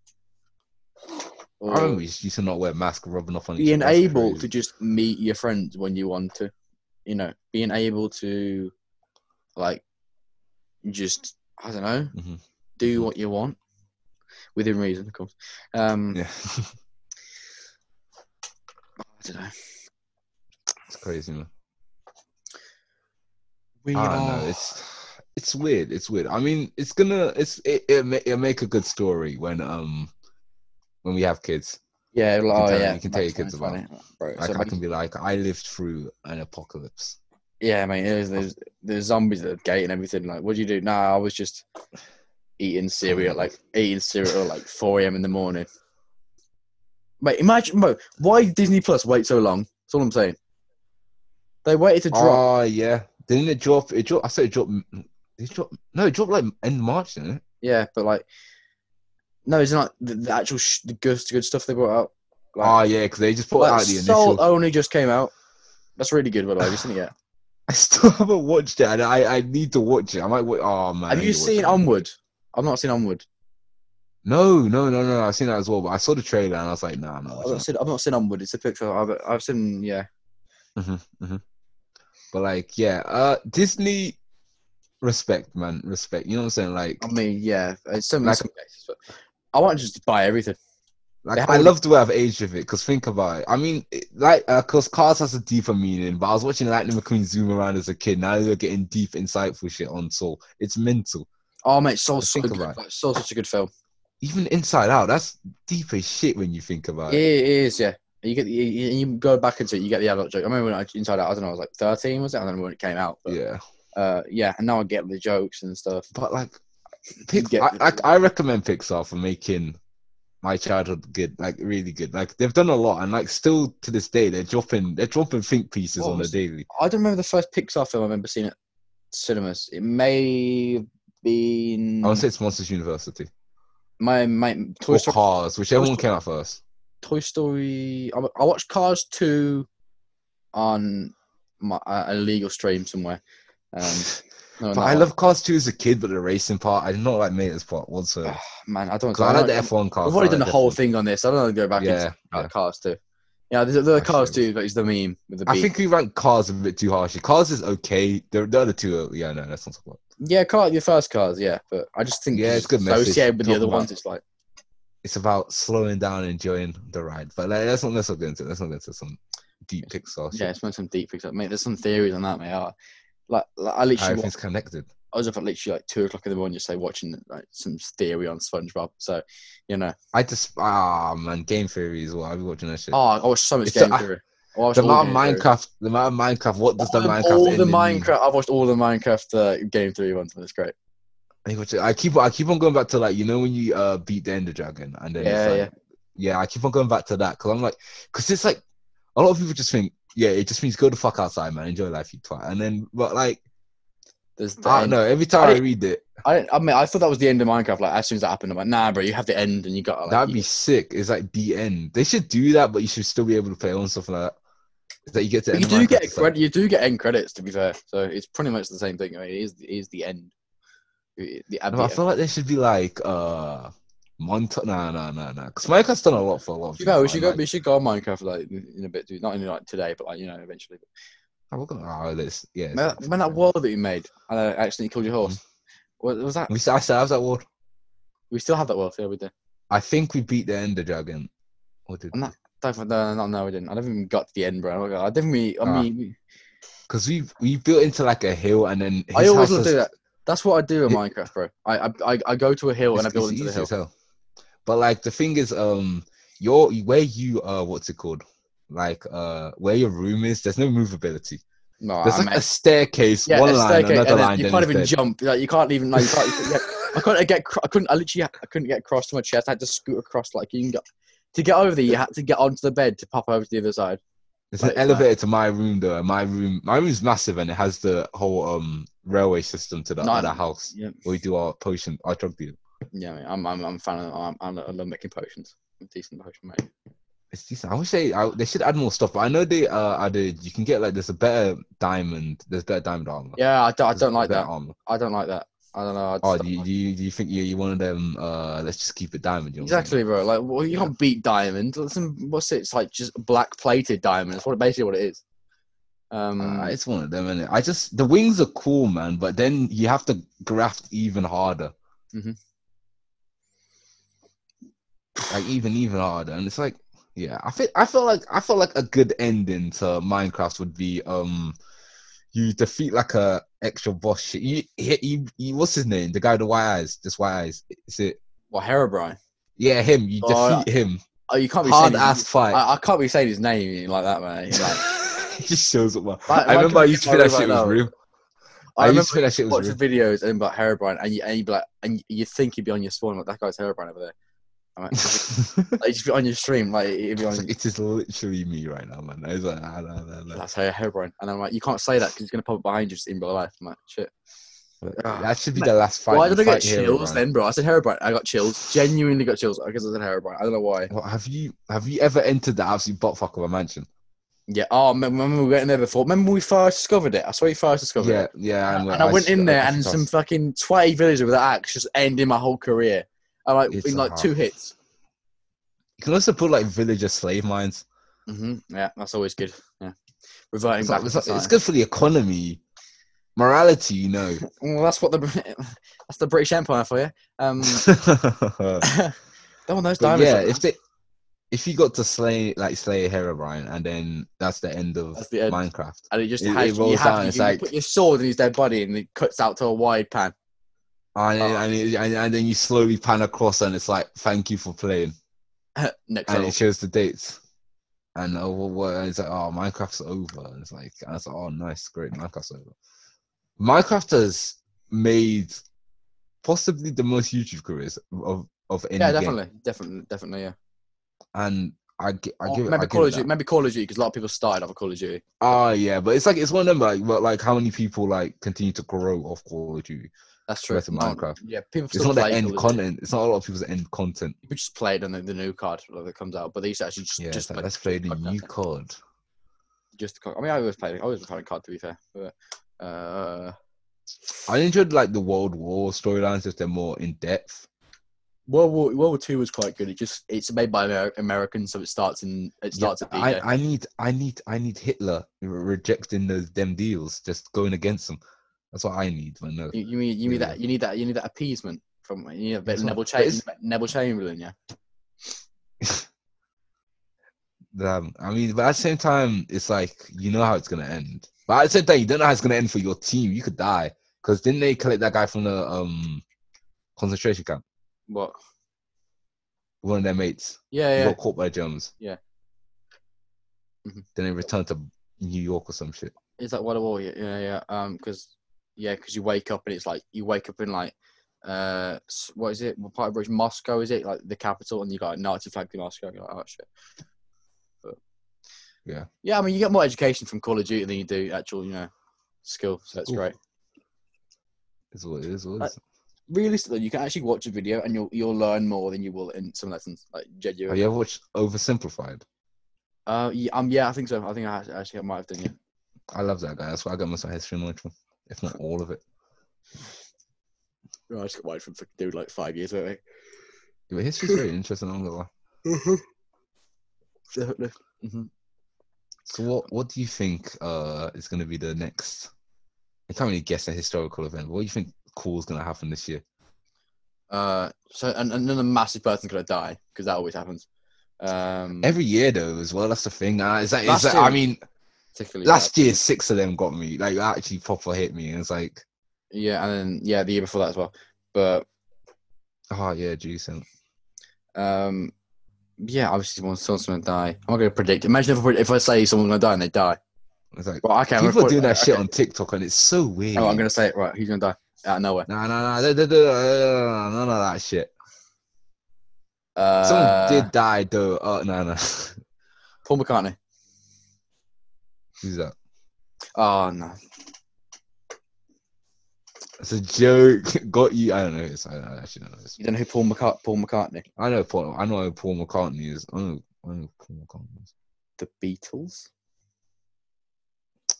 [SPEAKER 1] <laughs>
[SPEAKER 2] I remember
[SPEAKER 1] or
[SPEAKER 2] we just used to not wear masks, rubbing off on each
[SPEAKER 1] being
[SPEAKER 2] other. That's
[SPEAKER 1] able
[SPEAKER 2] crazy.
[SPEAKER 1] to just meet your friends when you want to, you know, being able to, like, just I don't know,
[SPEAKER 2] Mhm.
[SPEAKER 1] do what you want within reason, of course. Um,
[SPEAKER 2] Yeah. <laughs>
[SPEAKER 1] I don't know.
[SPEAKER 2] it's crazy, man.
[SPEAKER 1] We
[SPEAKER 2] I don't know. It's it's weird. It's weird. I mean, it's gonna it's it it ma- it'll make a good story when um when we have kids.
[SPEAKER 1] yeah, like,
[SPEAKER 2] can
[SPEAKER 1] oh,
[SPEAKER 2] tell-
[SPEAKER 1] yeah.
[SPEAKER 2] you can tell your kids
[SPEAKER 1] that's funny. Bro,
[SPEAKER 2] Like
[SPEAKER 1] so
[SPEAKER 2] I
[SPEAKER 1] like-
[SPEAKER 2] can be like, I lived through an apocalypse.
[SPEAKER 1] yeah, mate. There's, there's there's zombies at the gate and everything. Like, what do you do? Nah, I was just eating cereal, like eating cereal at like 4 a.m. in the morning. Mate, imagine, bro, why did Disney Plus wait so long? That's all I'm saying. They waited to drop.
[SPEAKER 2] Oh yeah. Didn't it drop? It dropped. I said it dropped. m- Did it drop? No, it dropped like end March, didn't it?
[SPEAKER 1] yeah, but like, no, it's not the, the actual sh- the good, good stuff they brought out. Like,
[SPEAKER 2] oh yeah, because they just put
[SPEAKER 1] Like,
[SPEAKER 2] out the
[SPEAKER 1] Soul
[SPEAKER 2] initial.
[SPEAKER 1] only just came out. That's really good, by the way. Have you seen it yet?
[SPEAKER 2] <laughs> I still haven't watched it, and I I need to watch it. I might. Wa- oh man. <laughs> I
[SPEAKER 1] Have
[SPEAKER 2] need
[SPEAKER 1] you
[SPEAKER 2] to watch
[SPEAKER 1] seen
[SPEAKER 2] it.
[SPEAKER 1] Onward? I've not seen Onward.
[SPEAKER 2] No, no, no, no. I've seen that as well, but I saw the trailer and I was like, nah, I'm not
[SPEAKER 1] I've
[SPEAKER 2] watching
[SPEAKER 1] not seen. I've not seen Onward. It's a picture. I've I've seen. Yeah.
[SPEAKER 2] But like, yeah, uh, Disney, respect, man, respect. You know what I'm saying? Like,
[SPEAKER 1] I mean, yeah. It's some,
[SPEAKER 2] Like-
[SPEAKER 1] some cases, but I want to just buy everything.
[SPEAKER 2] like
[SPEAKER 1] they
[SPEAKER 2] I
[SPEAKER 1] have-
[SPEAKER 2] love the way I've aged with it. Cause think about it. I mean, it, like, uh, cause Cars has a deeper meaning. But I was watching Lightning McQueen zoom around as a kid. Now they're getting deep, insightful shit on Soul. It's mental.
[SPEAKER 1] Oh mate, Soul's so
[SPEAKER 2] Think
[SPEAKER 1] good.
[SPEAKER 2] about it.
[SPEAKER 1] Like, Soul's such a good film.
[SPEAKER 2] Even Inside Out, that's deep as shit when you think about
[SPEAKER 1] Yeah,
[SPEAKER 2] it.
[SPEAKER 1] it is. Yeah. You get the, you, you go back into it. You get the adult joke. I remember when I Inside Out. I don't know. I was like 13, was it? I don't know when it came out. But, yeah.
[SPEAKER 2] Yeah,
[SPEAKER 1] Uh, yeah. And now I get the jokes and stuff.
[SPEAKER 2] but like,
[SPEAKER 1] You
[SPEAKER 2] Pix-
[SPEAKER 1] get
[SPEAKER 2] I,
[SPEAKER 1] the-
[SPEAKER 2] I I recommend Pixar for making my childhood good, like really good. Like they've done a lot, and like still to this day, they're dropping they're dropping think pieces
[SPEAKER 1] What
[SPEAKER 2] on the
[SPEAKER 1] was-
[SPEAKER 2] daily.
[SPEAKER 1] I don't remember the first Pixar film I remember seeing at cinemas. It may have been
[SPEAKER 2] I would say it's Monsters University.
[SPEAKER 1] my my Toy
[SPEAKER 2] or
[SPEAKER 1] Story.
[SPEAKER 2] Cars, whichever
[SPEAKER 1] Toy
[SPEAKER 2] one came out first.
[SPEAKER 1] Toy Story. I, I watched Cars two on my, a legal stream somewhere.
[SPEAKER 2] <laughs>
[SPEAKER 1] Um, no,
[SPEAKER 2] But
[SPEAKER 1] no,
[SPEAKER 2] I love Cars 2 as a kid, but the racing part, I did not like Mater's part
[SPEAKER 1] <sighs>
[SPEAKER 2] whatsoever.
[SPEAKER 1] Ah, man, I don't.
[SPEAKER 2] 'Cause I
[SPEAKER 1] I
[SPEAKER 2] like the
[SPEAKER 1] don't-
[SPEAKER 2] F1 cars.
[SPEAKER 1] We've
[SPEAKER 2] I
[SPEAKER 1] already
[SPEAKER 2] like
[SPEAKER 1] done a
[SPEAKER 2] the
[SPEAKER 1] whole
[SPEAKER 2] F1.
[SPEAKER 1] thing on this. I don't want to go back
[SPEAKER 2] Yeah,
[SPEAKER 1] into
[SPEAKER 2] yeah.
[SPEAKER 1] cars too. Yeah, the, the
[SPEAKER 2] That's
[SPEAKER 1] cars
[SPEAKER 2] true.
[SPEAKER 1] too, but it's the meme with the. Beat.
[SPEAKER 2] I think we ranked cars a bit too harshly. Cars is okay. The, the other two, are, yeah, no, that's not about.
[SPEAKER 1] yeah, car your first cars, yeah, but I just think
[SPEAKER 2] Yeah, it's good message.
[SPEAKER 1] associated with the
[SPEAKER 2] Talk
[SPEAKER 1] other
[SPEAKER 2] about-
[SPEAKER 1] ones. It's like
[SPEAKER 2] It's about slowing down, and enjoying the ride. But like, let's not let's not go into let's not go into some deep Pixar.
[SPEAKER 1] yeah,
[SPEAKER 2] Shit.
[SPEAKER 1] it's meant some deep things. Like, mate, there's some theories on that, mate. I, like, like I literally, wa-
[SPEAKER 2] Everything's connected.
[SPEAKER 1] I was up at literally like two o'clock in the morning, just say watching like some theory on SpongeBob. So, you know,
[SPEAKER 2] I just ah man, game theory as well. I've been watching that shit.
[SPEAKER 1] oh, I watched so much
[SPEAKER 2] It's
[SPEAKER 1] game
[SPEAKER 2] a-
[SPEAKER 1] theory. I watched
[SPEAKER 2] the
[SPEAKER 1] all
[SPEAKER 2] amount of
[SPEAKER 1] game theory.
[SPEAKER 2] Minecraft, the amount of Minecraft. What does
[SPEAKER 1] all
[SPEAKER 2] the
[SPEAKER 1] the,
[SPEAKER 2] Minecraft?
[SPEAKER 1] all
[SPEAKER 2] end
[SPEAKER 1] the
[SPEAKER 2] in mean?
[SPEAKER 1] Minecraft. I've watched all the Minecraft uh, game three ones, and it's great.
[SPEAKER 2] I watch it- I keep I keep on going back to like you know when you uh beat the Ender Dragon and then
[SPEAKER 1] Yeah,
[SPEAKER 2] it's like, yeah I keep on going back to that because I'm like because it's like a lot of people just think yeah it just means go the fuck outside man enjoy life you twat and then but like
[SPEAKER 1] There's the
[SPEAKER 2] I
[SPEAKER 1] end.
[SPEAKER 2] don't know every
[SPEAKER 1] I
[SPEAKER 2] time I,
[SPEAKER 1] didn't-
[SPEAKER 2] read it
[SPEAKER 1] I, didn't- I mean, I thought that was the end of Minecraft. Like as soon as that happened, I'm like, nah, bro, you have the end, and you got to, like, E.
[SPEAKER 2] that'd be sick it's like the end they should do that but you should still be able to play on stuff like that It's like you get to
[SPEAKER 1] But
[SPEAKER 2] end
[SPEAKER 1] you do
[SPEAKER 2] of Minecraft,
[SPEAKER 1] get
[SPEAKER 2] it's
[SPEAKER 1] credit.
[SPEAKER 2] like,
[SPEAKER 1] you do get end credits, to be fair. So it's pretty much the same thing. I mean, it is it is the end. It- The, at
[SPEAKER 2] no,
[SPEAKER 1] the
[SPEAKER 2] I
[SPEAKER 1] end.
[SPEAKER 2] feel like there should be like uh monta no no no no because Minecraft's done a lot for a lot of
[SPEAKER 1] You know, we
[SPEAKER 2] people,
[SPEAKER 1] should
[SPEAKER 2] and,
[SPEAKER 1] go.
[SPEAKER 2] like,
[SPEAKER 1] we should go on Minecraft like in a bit, dude. Not in like today, but like you know, eventually.
[SPEAKER 2] oh, we're gonna- oh, this yeah it's
[SPEAKER 1] Man,
[SPEAKER 2] like- Mm-hmm.
[SPEAKER 1] that, man, that wall that you made, and I accidentally killed your horse. What was that?
[SPEAKER 2] we I still have that wall
[SPEAKER 1] We still have that wall. Yeah, we do.
[SPEAKER 2] I think we beat the Ender Dragon. Or did
[SPEAKER 1] I'm not- Don't, no, no, no, no, we didn't. I never even got to the end, bro. I didn't. We, I
[SPEAKER 2] Ah.
[SPEAKER 1] mean, we-
[SPEAKER 2] Because we we built into like a hill and then his
[SPEAKER 1] I always want
[SPEAKER 2] house
[SPEAKER 1] to do
[SPEAKER 2] was-
[SPEAKER 1] that. That's what I do in
[SPEAKER 2] It-
[SPEAKER 1] Minecraft, bro. I, I- I, I go to a hill and I
[SPEAKER 2] it's-
[SPEAKER 1] build
[SPEAKER 2] it's
[SPEAKER 1] into the
[SPEAKER 2] easy
[SPEAKER 1] hill.
[SPEAKER 2] as hell. But like the thing is, um, your where you uh, what's it called? Like uh, where your room is, there's no movability.
[SPEAKER 1] No,
[SPEAKER 2] There's
[SPEAKER 1] I
[SPEAKER 2] like
[SPEAKER 1] mean,
[SPEAKER 2] a staircase,
[SPEAKER 1] yeah,
[SPEAKER 2] one
[SPEAKER 1] a
[SPEAKER 2] line,
[SPEAKER 1] staircase,
[SPEAKER 2] another
[SPEAKER 1] and then
[SPEAKER 2] line.
[SPEAKER 1] you
[SPEAKER 2] then
[SPEAKER 1] can't
[SPEAKER 2] it's
[SPEAKER 1] even
[SPEAKER 2] dead.
[SPEAKER 1] jump. Like, you can't even. Like, you can't, you can't- I couldn't get. cr- I couldn't. I literally. I couldn't get across to my chest. I had to scoot across. Like you can get to get over there. You had to get onto the bed to pop over to the other side.
[SPEAKER 2] <laughs> There's an
[SPEAKER 1] Like, uh,
[SPEAKER 2] elevator to my room though. and My room, my room's massive and it has the whole um railway system to the
[SPEAKER 1] No,
[SPEAKER 2] other house
[SPEAKER 1] Yeah,
[SPEAKER 2] where we do our potion, our drug deal.
[SPEAKER 1] yeah. mate, I'm. I'm. I'm a fan. Of, I'm, I'm. I love making potions. I'm a decent potion mate.
[SPEAKER 2] It's decent. I wish they I, they should add more stuff. But I know they uh added. You can get like there's a better diamond. There's better diamond armor.
[SPEAKER 1] Yeah, I don't. I
[SPEAKER 2] There's
[SPEAKER 1] don't
[SPEAKER 2] a
[SPEAKER 1] like
[SPEAKER 2] better
[SPEAKER 1] that.
[SPEAKER 2] armor.
[SPEAKER 1] I don't like that. I don't know. I just
[SPEAKER 2] Oh,
[SPEAKER 1] don't
[SPEAKER 2] do you,
[SPEAKER 1] like-
[SPEAKER 2] do you do you think you you one of them? Uh, let's just keep it diamond. You know what I'm
[SPEAKER 1] Exactly, bro. Like, well, you
[SPEAKER 2] Yeah.
[SPEAKER 1] can't beat diamond. It's some- What's it? It's like just black plated diamond. That's what basically what it is. Um,
[SPEAKER 2] saying? Uh, it's one of them, and I just the wings are cool, man. But then you have to graft even harder,
[SPEAKER 1] Mhm.
[SPEAKER 2] like even even harder. And it's like, yeah, I feel I feel like I feel like a good ending to Minecraft would be um, you defeat like a extra boss. Shit. You, he, you you what's his name? The guy with the white eyes, just white eyes. Is it?
[SPEAKER 1] well, Herobrine.
[SPEAKER 2] Yeah, him. You
[SPEAKER 1] Oh,
[SPEAKER 2] defeat him.
[SPEAKER 1] Oh, you can't be
[SPEAKER 2] Hard
[SPEAKER 1] saying
[SPEAKER 2] ass fight.
[SPEAKER 1] I, I can't be saying his name like that, man. He's like-
[SPEAKER 2] It just shows up. man.
[SPEAKER 1] Why- why
[SPEAKER 2] I remember I
[SPEAKER 1] can't
[SPEAKER 2] used to
[SPEAKER 1] we
[SPEAKER 2] feel that
[SPEAKER 1] get
[SPEAKER 2] shit
[SPEAKER 1] Mario
[SPEAKER 2] was
[SPEAKER 1] right
[SPEAKER 2] real.
[SPEAKER 1] I
[SPEAKER 2] <laughs> I
[SPEAKER 1] remember
[SPEAKER 2] used to feel that shit was
[SPEAKER 1] watch the
[SPEAKER 2] real.
[SPEAKER 1] videos and about Herobrine, and you and you be like, and you think you'd be on your spawn like that guy's Herobrine over there. I'm like, <laughs>
[SPEAKER 2] <laughs>
[SPEAKER 1] like, you'd be on your stream, like you'd be
[SPEAKER 2] It's
[SPEAKER 1] on.
[SPEAKER 2] like, it is literally me right now, man. It's like, ah, nah, nah, nah.
[SPEAKER 1] <laughs> That's Her- Herobrine, and I'm like, you can't say that because he's gonna pop up behind you just in real life. I'm like, shit. Ah.
[SPEAKER 2] That should be the last fight.
[SPEAKER 1] why did I
[SPEAKER 2] you
[SPEAKER 1] get
[SPEAKER 2] fight here,
[SPEAKER 1] chills
[SPEAKER 2] man.
[SPEAKER 1] then, bro? I said Herobrine. I got chills. Genuinely got chills because I said Herobrine. I don't know why.
[SPEAKER 2] What, have you have you ever entered the absolute buttfuck of a mansion?
[SPEAKER 1] Yeah. Oh, mem- remember we went in there before. Remember we first discovered it. I swear we first discovered
[SPEAKER 2] Yeah,
[SPEAKER 1] it.
[SPEAKER 2] yeah.
[SPEAKER 1] And,
[SPEAKER 2] I'm-
[SPEAKER 1] I went in there,
[SPEAKER 2] I- I
[SPEAKER 1] and
[SPEAKER 2] think I
[SPEAKER 1] some
[SPEAKER 2] was-
[SPEAKER 1] fucking twenty villagers with an axe just ended my whole career. I like
[SPEAKER 2] It's
[SPEAKER 1] in
[SPEAKER 2] a
[SPEAKER 1] like two
[SPEAKER 2] hard-
[SPEAKER 1] hits.
[SPEAKER 2] You can also put like villager slave mines.
[SPEAKER 1] hmm
[SPEAKER 2] Mm-hmm.
[SPEAKER 1] Yeah, that's always good. Yeah, reverting
[SPEAKER 2] It's,
[SPEAKER 1] back.
[SPEAKER 2] like, it's,
[SPEAKER 1] to
[SPEAKER 2] like- it's
[SPEAKER 1] science.
[SPEAKER 2] good for the economy, morality. You know.
[SPEAKER 1] Well, that's what the <laughs> that's the British Empire for you. Um, <laughs> Mm.
[SPEAKER 2] <laughs>
[SPEAKER 1] don't want those
[SPEAKER 2] But
[SPEAKER 1] diamonds.
[SPEAKER 2] yeah,
[SPEAKER 1] like
[SPEAKER 2] if they if you got to slay like slay Herobrine and then that's the end of
[SPEAKER 1] That's the end.
[SPEAKER 2] Minecraft.
[SPEAKER 1] that. and it just
[SPEAKER 2] it- it
[SPEAKER 1] has, you
[SPEAKER 2] rolls
[SPEAKER 1] have
[SPEAKER 2] down,
[SPEAKER 1] to-
[SPEAKER 2] it's
[SPEAKER 1] you
[SPEAKER 2] like-
[SPEAKER 1] put your sword in his dead body, and it cuts out to a wide pan. <laughs>
[SPEAKER 2] And then,
[SPEAKER 1] Oh.
[SPEAKER 2] and, it- and, and then you slowly pan across and it's like thank you for playing.
[SPEAKER 1] Next
[SPEAKER 2] And
[SPEAKER 1] level.
[SPEAKER 2] it shows the dates. And oh what, what and it's like oh Minecraft's over. And it's like and it's like, oh nice, great, Minecraft's over. Minecraft has made possibly the most YouTube careers of of any
[SPEAKER 1] Yeah,
[SPEAKER 2] game.
[SPEAKER 1] definitely, definitely, definitely. Yeah.
[SPEAKER 2] And I, gi- I
[SPEAKER 1] Or
[SPEAKER 2] give it,
[SPEAKER 1] maybe
[SPEAKER 2] I give
[SPEAKER 1] Call
[SPEAKER 2] it
[SPEAKER 1] of
[SPEAKER 2] that.
[SPEAKER 1] Duty. Maybe Call of Duty because a lot of people started off of Call of Duty.
[SPEAKER 2] Oh yeah, but it's like it's one of them like but like how many people like continue to grow off Call of Duty.
[SPEAKER 1] That's true.
[SPEAKER 2] Compared to
[SPEAKER 1] No,
[SPEAKER 2] Minecraft.
[SPEAKER 1] yeah, people
[SPEAKER 2] It's
[SPEAKER 1] still
[SPEAKER 2] not
[SPEAKER 1] play
[SPEAKER 2] the end
[SPEAKER 1] Call of Duty.
[SPEAKER 2] content. It's not a lot of people's end content.
[SPEAKER 1] People just play it on the, the new card that comes out, but they used to actually just
[SPEAKER 2] Yeah,
[SPEAKER 1] just
[SPEAKER 2] it's like,
[SPEAKER 1] play-
[SPEAKER 2] let's play the
[SPEAKER 1] podcast.
[SPEAKER 2] new COD.
[SPEAKER 1] just the card. I mean, I always play. I always play a card to be fair, but uh,
[SPEAKER 2] I enjoyed like the World War storylines if they're more in depth.
[SPEAKER 1] World War World War Two was quite good. It just it's made by Amer- Americans, so it starts in it
[SPEAKER 2] Yeah,
[SPEAKER 1] starts at the
[SPEAKER 2] I, I need I need I need Hitler re- rejecting those them deals, just going against them. That's what I need, man. No.
[SPEAKER 1] you, you mean you need
[SPEAKER 2] Yeah.
[SPEAKER 1] that you need that you need that appeasement from you need a bit
[SPEAKER 2] That's
[SPEAKER 1] of
[SPEAKER 2] what-
[SPEAKER 1] Neville,
[SPEAKER 2] that
[SPEAKER 1] Cha-
[SPEAKER 2] is-
[SPEAKER 1] Neville Chamberlain, yeah.
[SPEAKER 2] Um, I mean, but at the same time, it's like you know how it's gonna end. But at the same time, you don't know how it's gonna end for your team. You could die because didn't they collect that guy from the um concentration camp?
[SPEAKER 1] What?
[SPEAKER 2] One of their mates
[SPEAKER 1] Yeah,
[SPEAKER 2] He
[SPEAKER 1] yeah.
[SPEAKER 2] got caught by Germans.
[SPEAKER 1] Yeah. Mhm.
[SPEAKER 2] Then they returned to New York or some shit.
[SPEAKER 1] Is that World War? Yeah, yeah, yeah. Um, because yeah, because you wake up and it's like you wake up in like uh, s- what is it? What part of Russia? Moscow is it? Like the capital, and you got a Nazi flag in Moscow. and You're like, oh shit. But,
[SPEAKER 2] Yeah.
[SPEAKER 1] Yeah, I mean, you get more education from Call of Duty than you do actual, you know, skill. So that's
[SPEAKER 2] Ooh.
[SPEAKER 1] great.
[SPEAKER 2] Is what it is. What it
[SPEAKER 1] I-
[SPEAKER 2] is.
[SPEAKER 1] Realistically, you can actually watch a video and you'll you'll learn more than you will in some lessons. Like genuinely.
[SPEAKER 2] Have you ever watched Oversimplified?
[SPEAKER 1] Uh, yeah, um, yeah, I think so. I think I act- actually I might have done it.
[SPEAKER 2] I love that guy. That's why I got most of my history knowledge from, if not all of it.
[SPEAKER 1] No, Oh, I just got wide from fucking dude like five years ago.
[SPEAKER 2] Yeah, but history's very interesting. I'm not gonna lie.
[SPEAKER 1] Mm-hmm.
[SPEAKER 2] So what what do you think uh is gonna be the next? I can't really guess a historical event. But what do you think cool's gonna happen this year?
[SPEAKER 1] Uh, so and and another massive person's gonna die because that always happens. Um,
[SPEAKER 2] Every year though, as well. That's the thing. Uh, is that, is
[SPEAKER 1] Last
[SPEAKER 2] that
[SPEAKER 1] year-
[SPEAKER 2] I mean,
[SPEAKER 1] particularly
[SPEAKER 2] last
[SPEAKER 1] bad.
[SPEAKER 2] year six of them got me. Like actually, proper hit me, and it's like,
[SPEAKER 1] Yeah, and then yeah, the year before that as well. But
[SPEAKER 2] oh yeah, decent.
[SPEAKER 1] um, yeah, obviously someone- someone's gonna die. I'm not gonna predict. Imagine if I, if I say someone's gonna die and they die.
[SPEAKER 2] It's like
[SPEAKER 1] Well, okay, I'm
[SPEAKER 2] people
[SPEAKER 1] gonna
[SPEAKER 2] do
[SPEAKER 1] put-
[SPEAKER 2] that shit
[SPEAKER 1] okay.
[SPEAKER 2] on TikTok, and it's so weird.
[SPEAKER 1] Oh, I'm gonna say it right. Who's gonna die out of nowhere?
[SPEAKER 2] No, no, no, no, no, no, none of that shit.
[SPEAKER 1] Uh,
[SPEAKER 2] Someone did die though. Oh no, no,
[SPEAKER 1] Paul McCartney.
[SPEAKER 2] <laughs> who's that?
[SPEAKER 1] Oh no,
[SPEAKER 2] It's a joke. <laughs> Got you. I don't know. It's, I don't actually know. It's,
[SPEAKER 1] you don't know who Paul McCart Paul McCartney?
[SPEAKER 2] I know Paul. I know who Paul McCartney is. I know, I know who Paul McCartney is.
[SPEAKER 1] The Beatles.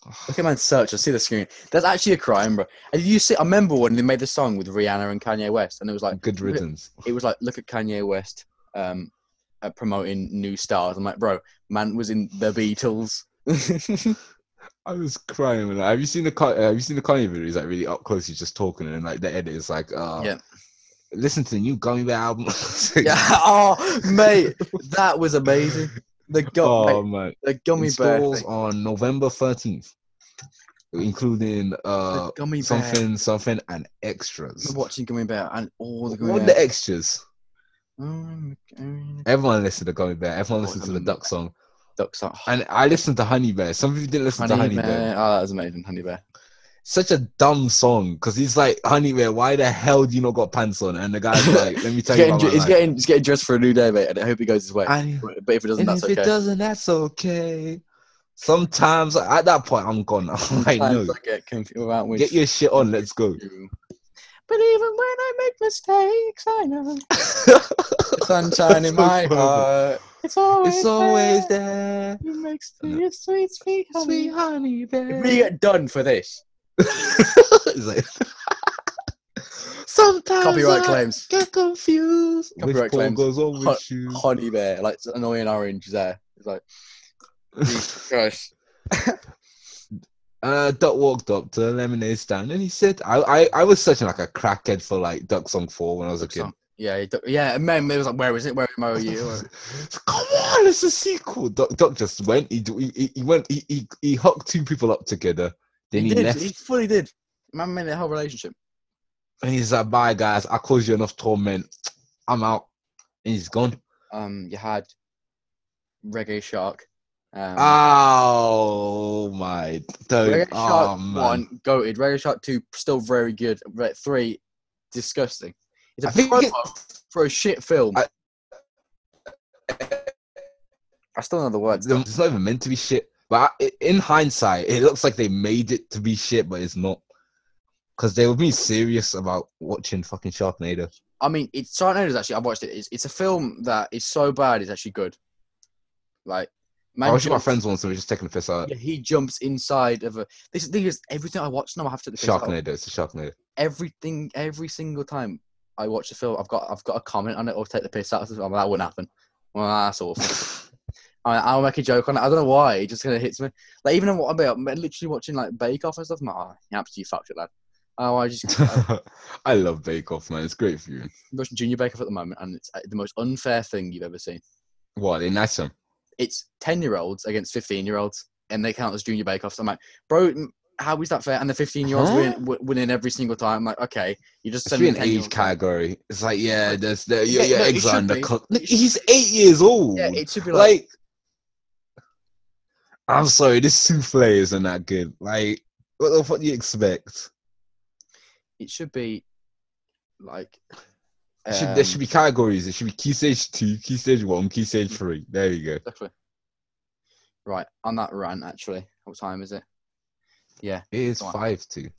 [SPEAKER 2] Ugh,
[SPEAKER 1] Look at my search. I see the screen. That's actually a crime, bro. And you see, I remember when they made the song with Rihanna and Kanye West, and it was like
[SPEAKER 2] Good riddance.
[SPEAKER 1] it was like look at Kanye West um, uh, promoting new stars. I'm like, bro, man was in the Beatles.
[SPEAKER 2] I was crying. Like, have you seen the Ka- uh, Have you seen the Kanye video? He's like really up close. He's just talking, and like the edit is like, uh,
[SPEAKER 1] Yeah. <laughs>
[SPEAKER 2] Listen to the new Gummy Bear album. <laughs>
[SPEAKER 1] yeah. <laughs> Oh, mate, that was amazing. The gum,
[SPEAKER 2] oh
[SPEAKER 1] mate,
[SPEAKER 2] man.
[SPEAKER 1] the gummy
[SPEAKER 2] In
[SPEAKER 1] bear,
[SPEAKER 2] stores
[SPEAKER 1] thing.
[SPEAKER 2] on November thirteenth, including uh
[SPEAKER 1] the gummy bear.
[SPEAKER 2] something, something, and
[SPEAKER 1] I remember
[SPEAKER 2] extras.
[SPEAKER 1] watching gummy bear and all the gummy
[SPEAKER 2] What the
[SPEAKER 1] bear.
[SPEAKER 2] extras? Everyone listened to Gummy Bear. Everyone listened to the Duck song,
[SPEAKER 1] Ducks are
[SPEAKER 2] and I listened to Honey Bear. Some people didn't listen
[SPEAKER 1] honey,
[SPEAKER 2] to Honey
[SPEAKER 1] bear.
[SPEAKER 2] Bear.
[SPEAKER 1] Oh, that was amazing, honey bear.
[SPEAKER 2] Such a dumb song because he's like, Honey Bear, why the hell do you not got pants on? And
[SPEAKER 1] <laughs>
[SPEAKER 2] the guy's like, Let me
[SPEAKER 1] It's
[SPEAKER 2] tell you
[SPEAKER 1] getting,
[SPEAKER 2] about my
[SPEAKER 1] it's,
[SPEAKER 2] life.
[SPEAKER 1] getting, it's getting dressed for a new day, mate, and I hope it goes his way.
[SPEAKER 2] And-
[SPEAKER 1] but if it doesn't,
[SPEAKER 2] and
[SPEAKER 1] that's
[SPEAKER 2] if
[SPEAKER 1] okay.
[SPEAKER 2] it doesn't, that's okay. Sometimes at that point, I'm gone. <laughs> I'm like,
[SPEAKER 1] Sometimes
[SPEAKER 2] no,
[SPEAKER 1] I get confused about which
[SPEAKER 2] get your shit on. Let's go.
[SPEAKER 1] you. But even when I make mistakes, I
[SPEAKER 2] <laughs>
[SPEAKER 1] know the sunshine in
[SPEAKER 2] so
[SPEAKER 1] my
[SPEAKER 2] perfect.
[SPEAKER 1] heart. It's always,
[SPEAKER 2] It's always
[SPEAKER 1] there.
[SPEAKER 2] there.
[SPEAKER 1] It makes
[SPEAKER 2] No.
[SPEAKER 1] the sweet, sweet honey.
[SPEAKER 2] Sweet honey
[SPEAKER 1] If
[SPEAKER 2] bear.
[SPEAKER 1] we get done for this,
[SPEAKER 2] <laughs> It's like- <laughs> Sometimes
[SPEAKER 1] copyright
[SPEAKER 2] I
[SPEAKER 1] claims.
[SPEAKER 2] get confused. Which
[SPEAKER 1] Copyright
[SPEAKER 2] Paul
[SPEAKER 1] claims.
[SPEAKER 2] goes on with
[SPEAKER 1] Hot-
[SPEAKER 2] you.
[SPEAKER 1] Honey bear, like it's annoying orange
[SPEAKER 2] <laughs>
[SPEAKER 1] there. It's like, Jesus Christ.
[SPEAKER 2] uh, Duck walked up to the lemonade stand and he said, I, I, I was searching like a crackhead for like Duck Song 4 when I was a
[SPEAKER 1] Duck
[SPEAKER 2] kid.
[SPEAKER 1] Song. Yeah, it- yeah, and then it was like, where is it? Where am I?
[SPEAKER 2] <laughs>
[SPEAKER 1] You?
[SPEAKER 2] Come on, it's a sequel. Doc, Doc just went. He d- he, he- he went. He, he he hooked two people up together. Then he,
[SPEAKER 1] did.
[SPEAKER 2] left,
[SPEAKER 1] He fully did. Man made the whole relationship.
[SPEAKER 2] and he's like, "Bye, guys. I caused you enough torment. I'm out." And he's gone.
[SPEAKER 1] Um, you had Reggae Shark. Um,
[SPEAKER 2] oh my! Dude.
[SPEAKER 1] Reggae
[SPEAKER 2] Oh
[SPEAKER 1] Shark
[SPEAKER 2] man!
[SPEAKER 1] one goated. Reggae Shark two still very good. Reggae three disgusting. It's a
[SPEAKER 2] I think
[SPEAKER 1] promo
[SPEAKER 2] it-
[SPEAKER 1] for a shit film. I,
[SPEAKER 2] I-
[SPEAKER 1] still know the words.
[SPEAKER 2] The- It's not even meant to be shit. But I, in hindsight, it looks like they made it to be shit, but it's not. Because they were being serious about watching fucking Sharknado.
[SPEAKER 1] I mean, it's Tornadoes. Actually, I watched it. It's, it's a film that is so bad. It's actually good. Like
[SPEAKER 2] I was with my friends once and we were just taking the piss out.
[SPEAKER 1] Yeah, he jumps inside of a. This thing is everything I watch now. I have to take the piss out.
[SPEAKER 2] Sharknado, it's a Sharknado.
[SPEAKER 1] Everything, every single time I watch the film, I've got I've got a comment on it or take the piss out of it. I'm like, that wouldn't happen. Well, that's awful.
[SPEAKER 2] <laughs>
[SPEAKER 1] I, I'll make a joke on it. I don't know why. It just kind of hits me. Like even what about literally watching like Bake Off and stuff. I'm like, oh, you absolutely fucked it, lad. Oh, I just
[SPEAKER 2] <laughs>
[SPEAKER 1] I'm
[SPEAKER 2] I love Bake Off, man. It's great for you.
[SPEAKER 1] watching Junior Bake Off at the moment, and it's uh, the most unfair thing you've ever seen.
[SPEAKER 2] What in Assam?
[SPEAKER 1] It's ten year olds against fifteen year olds, and they count as Junior Bake Offs. I'm like, bro, m- how is that fair? And the fifteen year olds
[SPEAKER 2] Huh?
[SPEAKER 1] win, w- winning every single time. I'm like, okay, you just
[SPEAKER 2] It's
[SPEAKER 1] sending
[SPEAKER 2] an age
[SPEAKER 1] 10-year-olds.
[SPEAKER 2] category. It's like yeah, there's there,
[SPEAKER 1] Yeah,
[SPEAKER 2] you're, you're
[SPEAKER 1] no, it
[SPEAKER 2] exiling
[SPEAKER 1] should
[SPEAKER 2] the
[SPEAKER 1] be.
[SPEAKER 2] cult. He's eight years old.
[SPEAKER 1] Yeah, it should be like,
[SPEAKER 2] like, I'm sorry, this souffle isn't that good. Like, what the fuck do you expect?
[SPEAKER 1] it should be like.
[SPEAKER 2] It should, <laughs> there should
[SPEAKER 1] um,
[SPEAKER 2] be categories. It should be key stage two, key stage one, key stage three. There you go.
[SPEAKER 1] Exactly. Right, on that rant, actually, what time is it?
[SPEAKER 2] It is
[SPEAKER 1] Go on.
[SPEAKER 2] five two.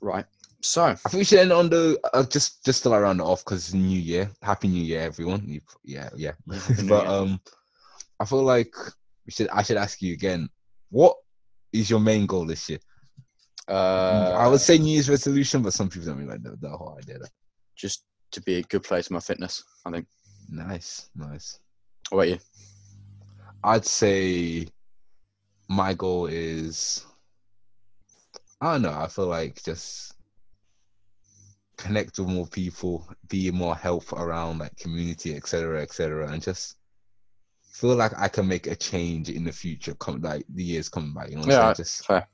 [SPEAKER 1] Right, so
[SPEAKER 2] I think we should end on the uh, just just till I round it off because it's New Year. Happy New Year, everyone. You- Yeah, yeah.
[SPEAKER 1] Happy New
[SPEAKER 2] <laughs> but
[SPEAKER 1] Year.
[SPEAKER 2] um, I feel like we should. I should ask you again. What is your main goal this year?
[SPEAKER 1] uh,
[SPEAKER 2] I would say New Year's resolution, but some people don't really like the, the whole idea. That.
[SPEAKER 1] just to be a good player to my fitness, I think.
[SPEAKER 2] Nice, nice.
[SPEAKER 1] What about you?
[SPEAKER 2] I'd say my goal is I don't know, I feel like just connect with more people, be more help around like community, etc. etc. and just feel like I can make a change in the future come like the years coming by. You know what
[SPEAKER 1] Yeah,
[SPEAKER 2] I'm saying? Just
[SPEAKER 1] Fair.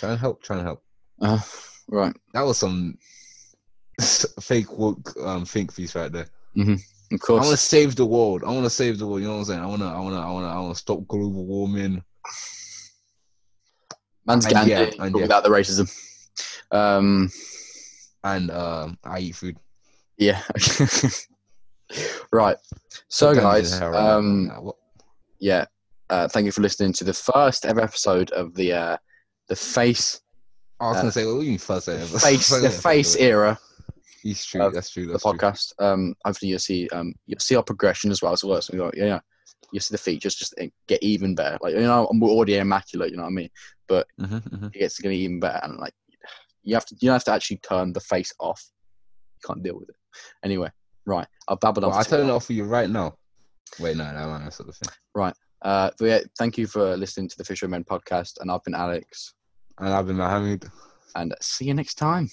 [SPEAKER 2] try and help, try and help.
[SPEAKER 1] Uh, right,
[SPEAKER 2] That was some <laughs> fake woke um think piece right there.
[SPEAKER 1] of
[SPEAKER 2] I want to
[SPEAKER 1] course.
[SPEAKER 2] save the world. I want to save the world. You know what I'm saying? I want to. I want to. I want to. I want to stop global warming.
[SPEAKER 1] Man's
[SPEAKER 2] and
[SPEAKER 1] Gandhi
[SPEAKER 2] yeah,
[SPEAKER 1] but
[SPEAKER 2] and yeah.
[SPEAKER 1] without the racism. Um,
[SPEAKER 2] And um, I eat food.
[SPEAKER 1] yeah. <laughs> right. So,
[SPEAKER 2] Tangent
[SPEAKER 1] guys,
[SPEAKER 2] hair right
[SPEAKER 1] um,
[SPEAKER 2] now. What-
[SPEAKER 1] yeah, uh, thank you for listening to the first ever episode of the uh, the
[SPEAKER 2] <laughs>
[SPEAKER 1] face
[SPEAKER 2] I was
[SPEAKER 1] uh,
[SPEAKER 2] gonna say, what do you mean <laughs> first
[SPEAKER 1] the
[SPEAKER 2] ever?
[SPEAKER 1] face the face era.
[SPEAKER 2] It's true.
[SPEAKER 1] of
[SPEAKER 2] That's true.
[SPEAKER 1] the
[SPEAKER 2] That's true.
[SPEAKER 1] podcast. Um, hopefully you'll see um you'll see our progression as well. So we're so we're like, yeah, yeah, you'll see the features just uh, get even better. Like you know, we're already immaculate. You know what I mean?
[SPEAKER 2] Mhm, mhm.
[SPEAKER 1] It gets going to get even better, and like you have to you have to actually turn the face off. You can't deal with it. Anyway, right? I've babbled
[SPEAKER 2] Well,
[SPEAKER 1] on.
[SPEAKER 2] I'll
[SPEAKER 1] for
[SPEAKER 2] turn
[SPEAKER 1] too
[SPEAKER 2] it
[SPEAKER 1] long.
[SPEAKER 2] off for you right now. Wait, no, no, no, sort of thing.
[SPEAKER 1] Uh, but yeah, thank you for listening to the Fishermen podcast, and I've been Alex,
[SPEAKER 2] And I've been Mohammed.
[SPEAKER 1] and see you next time.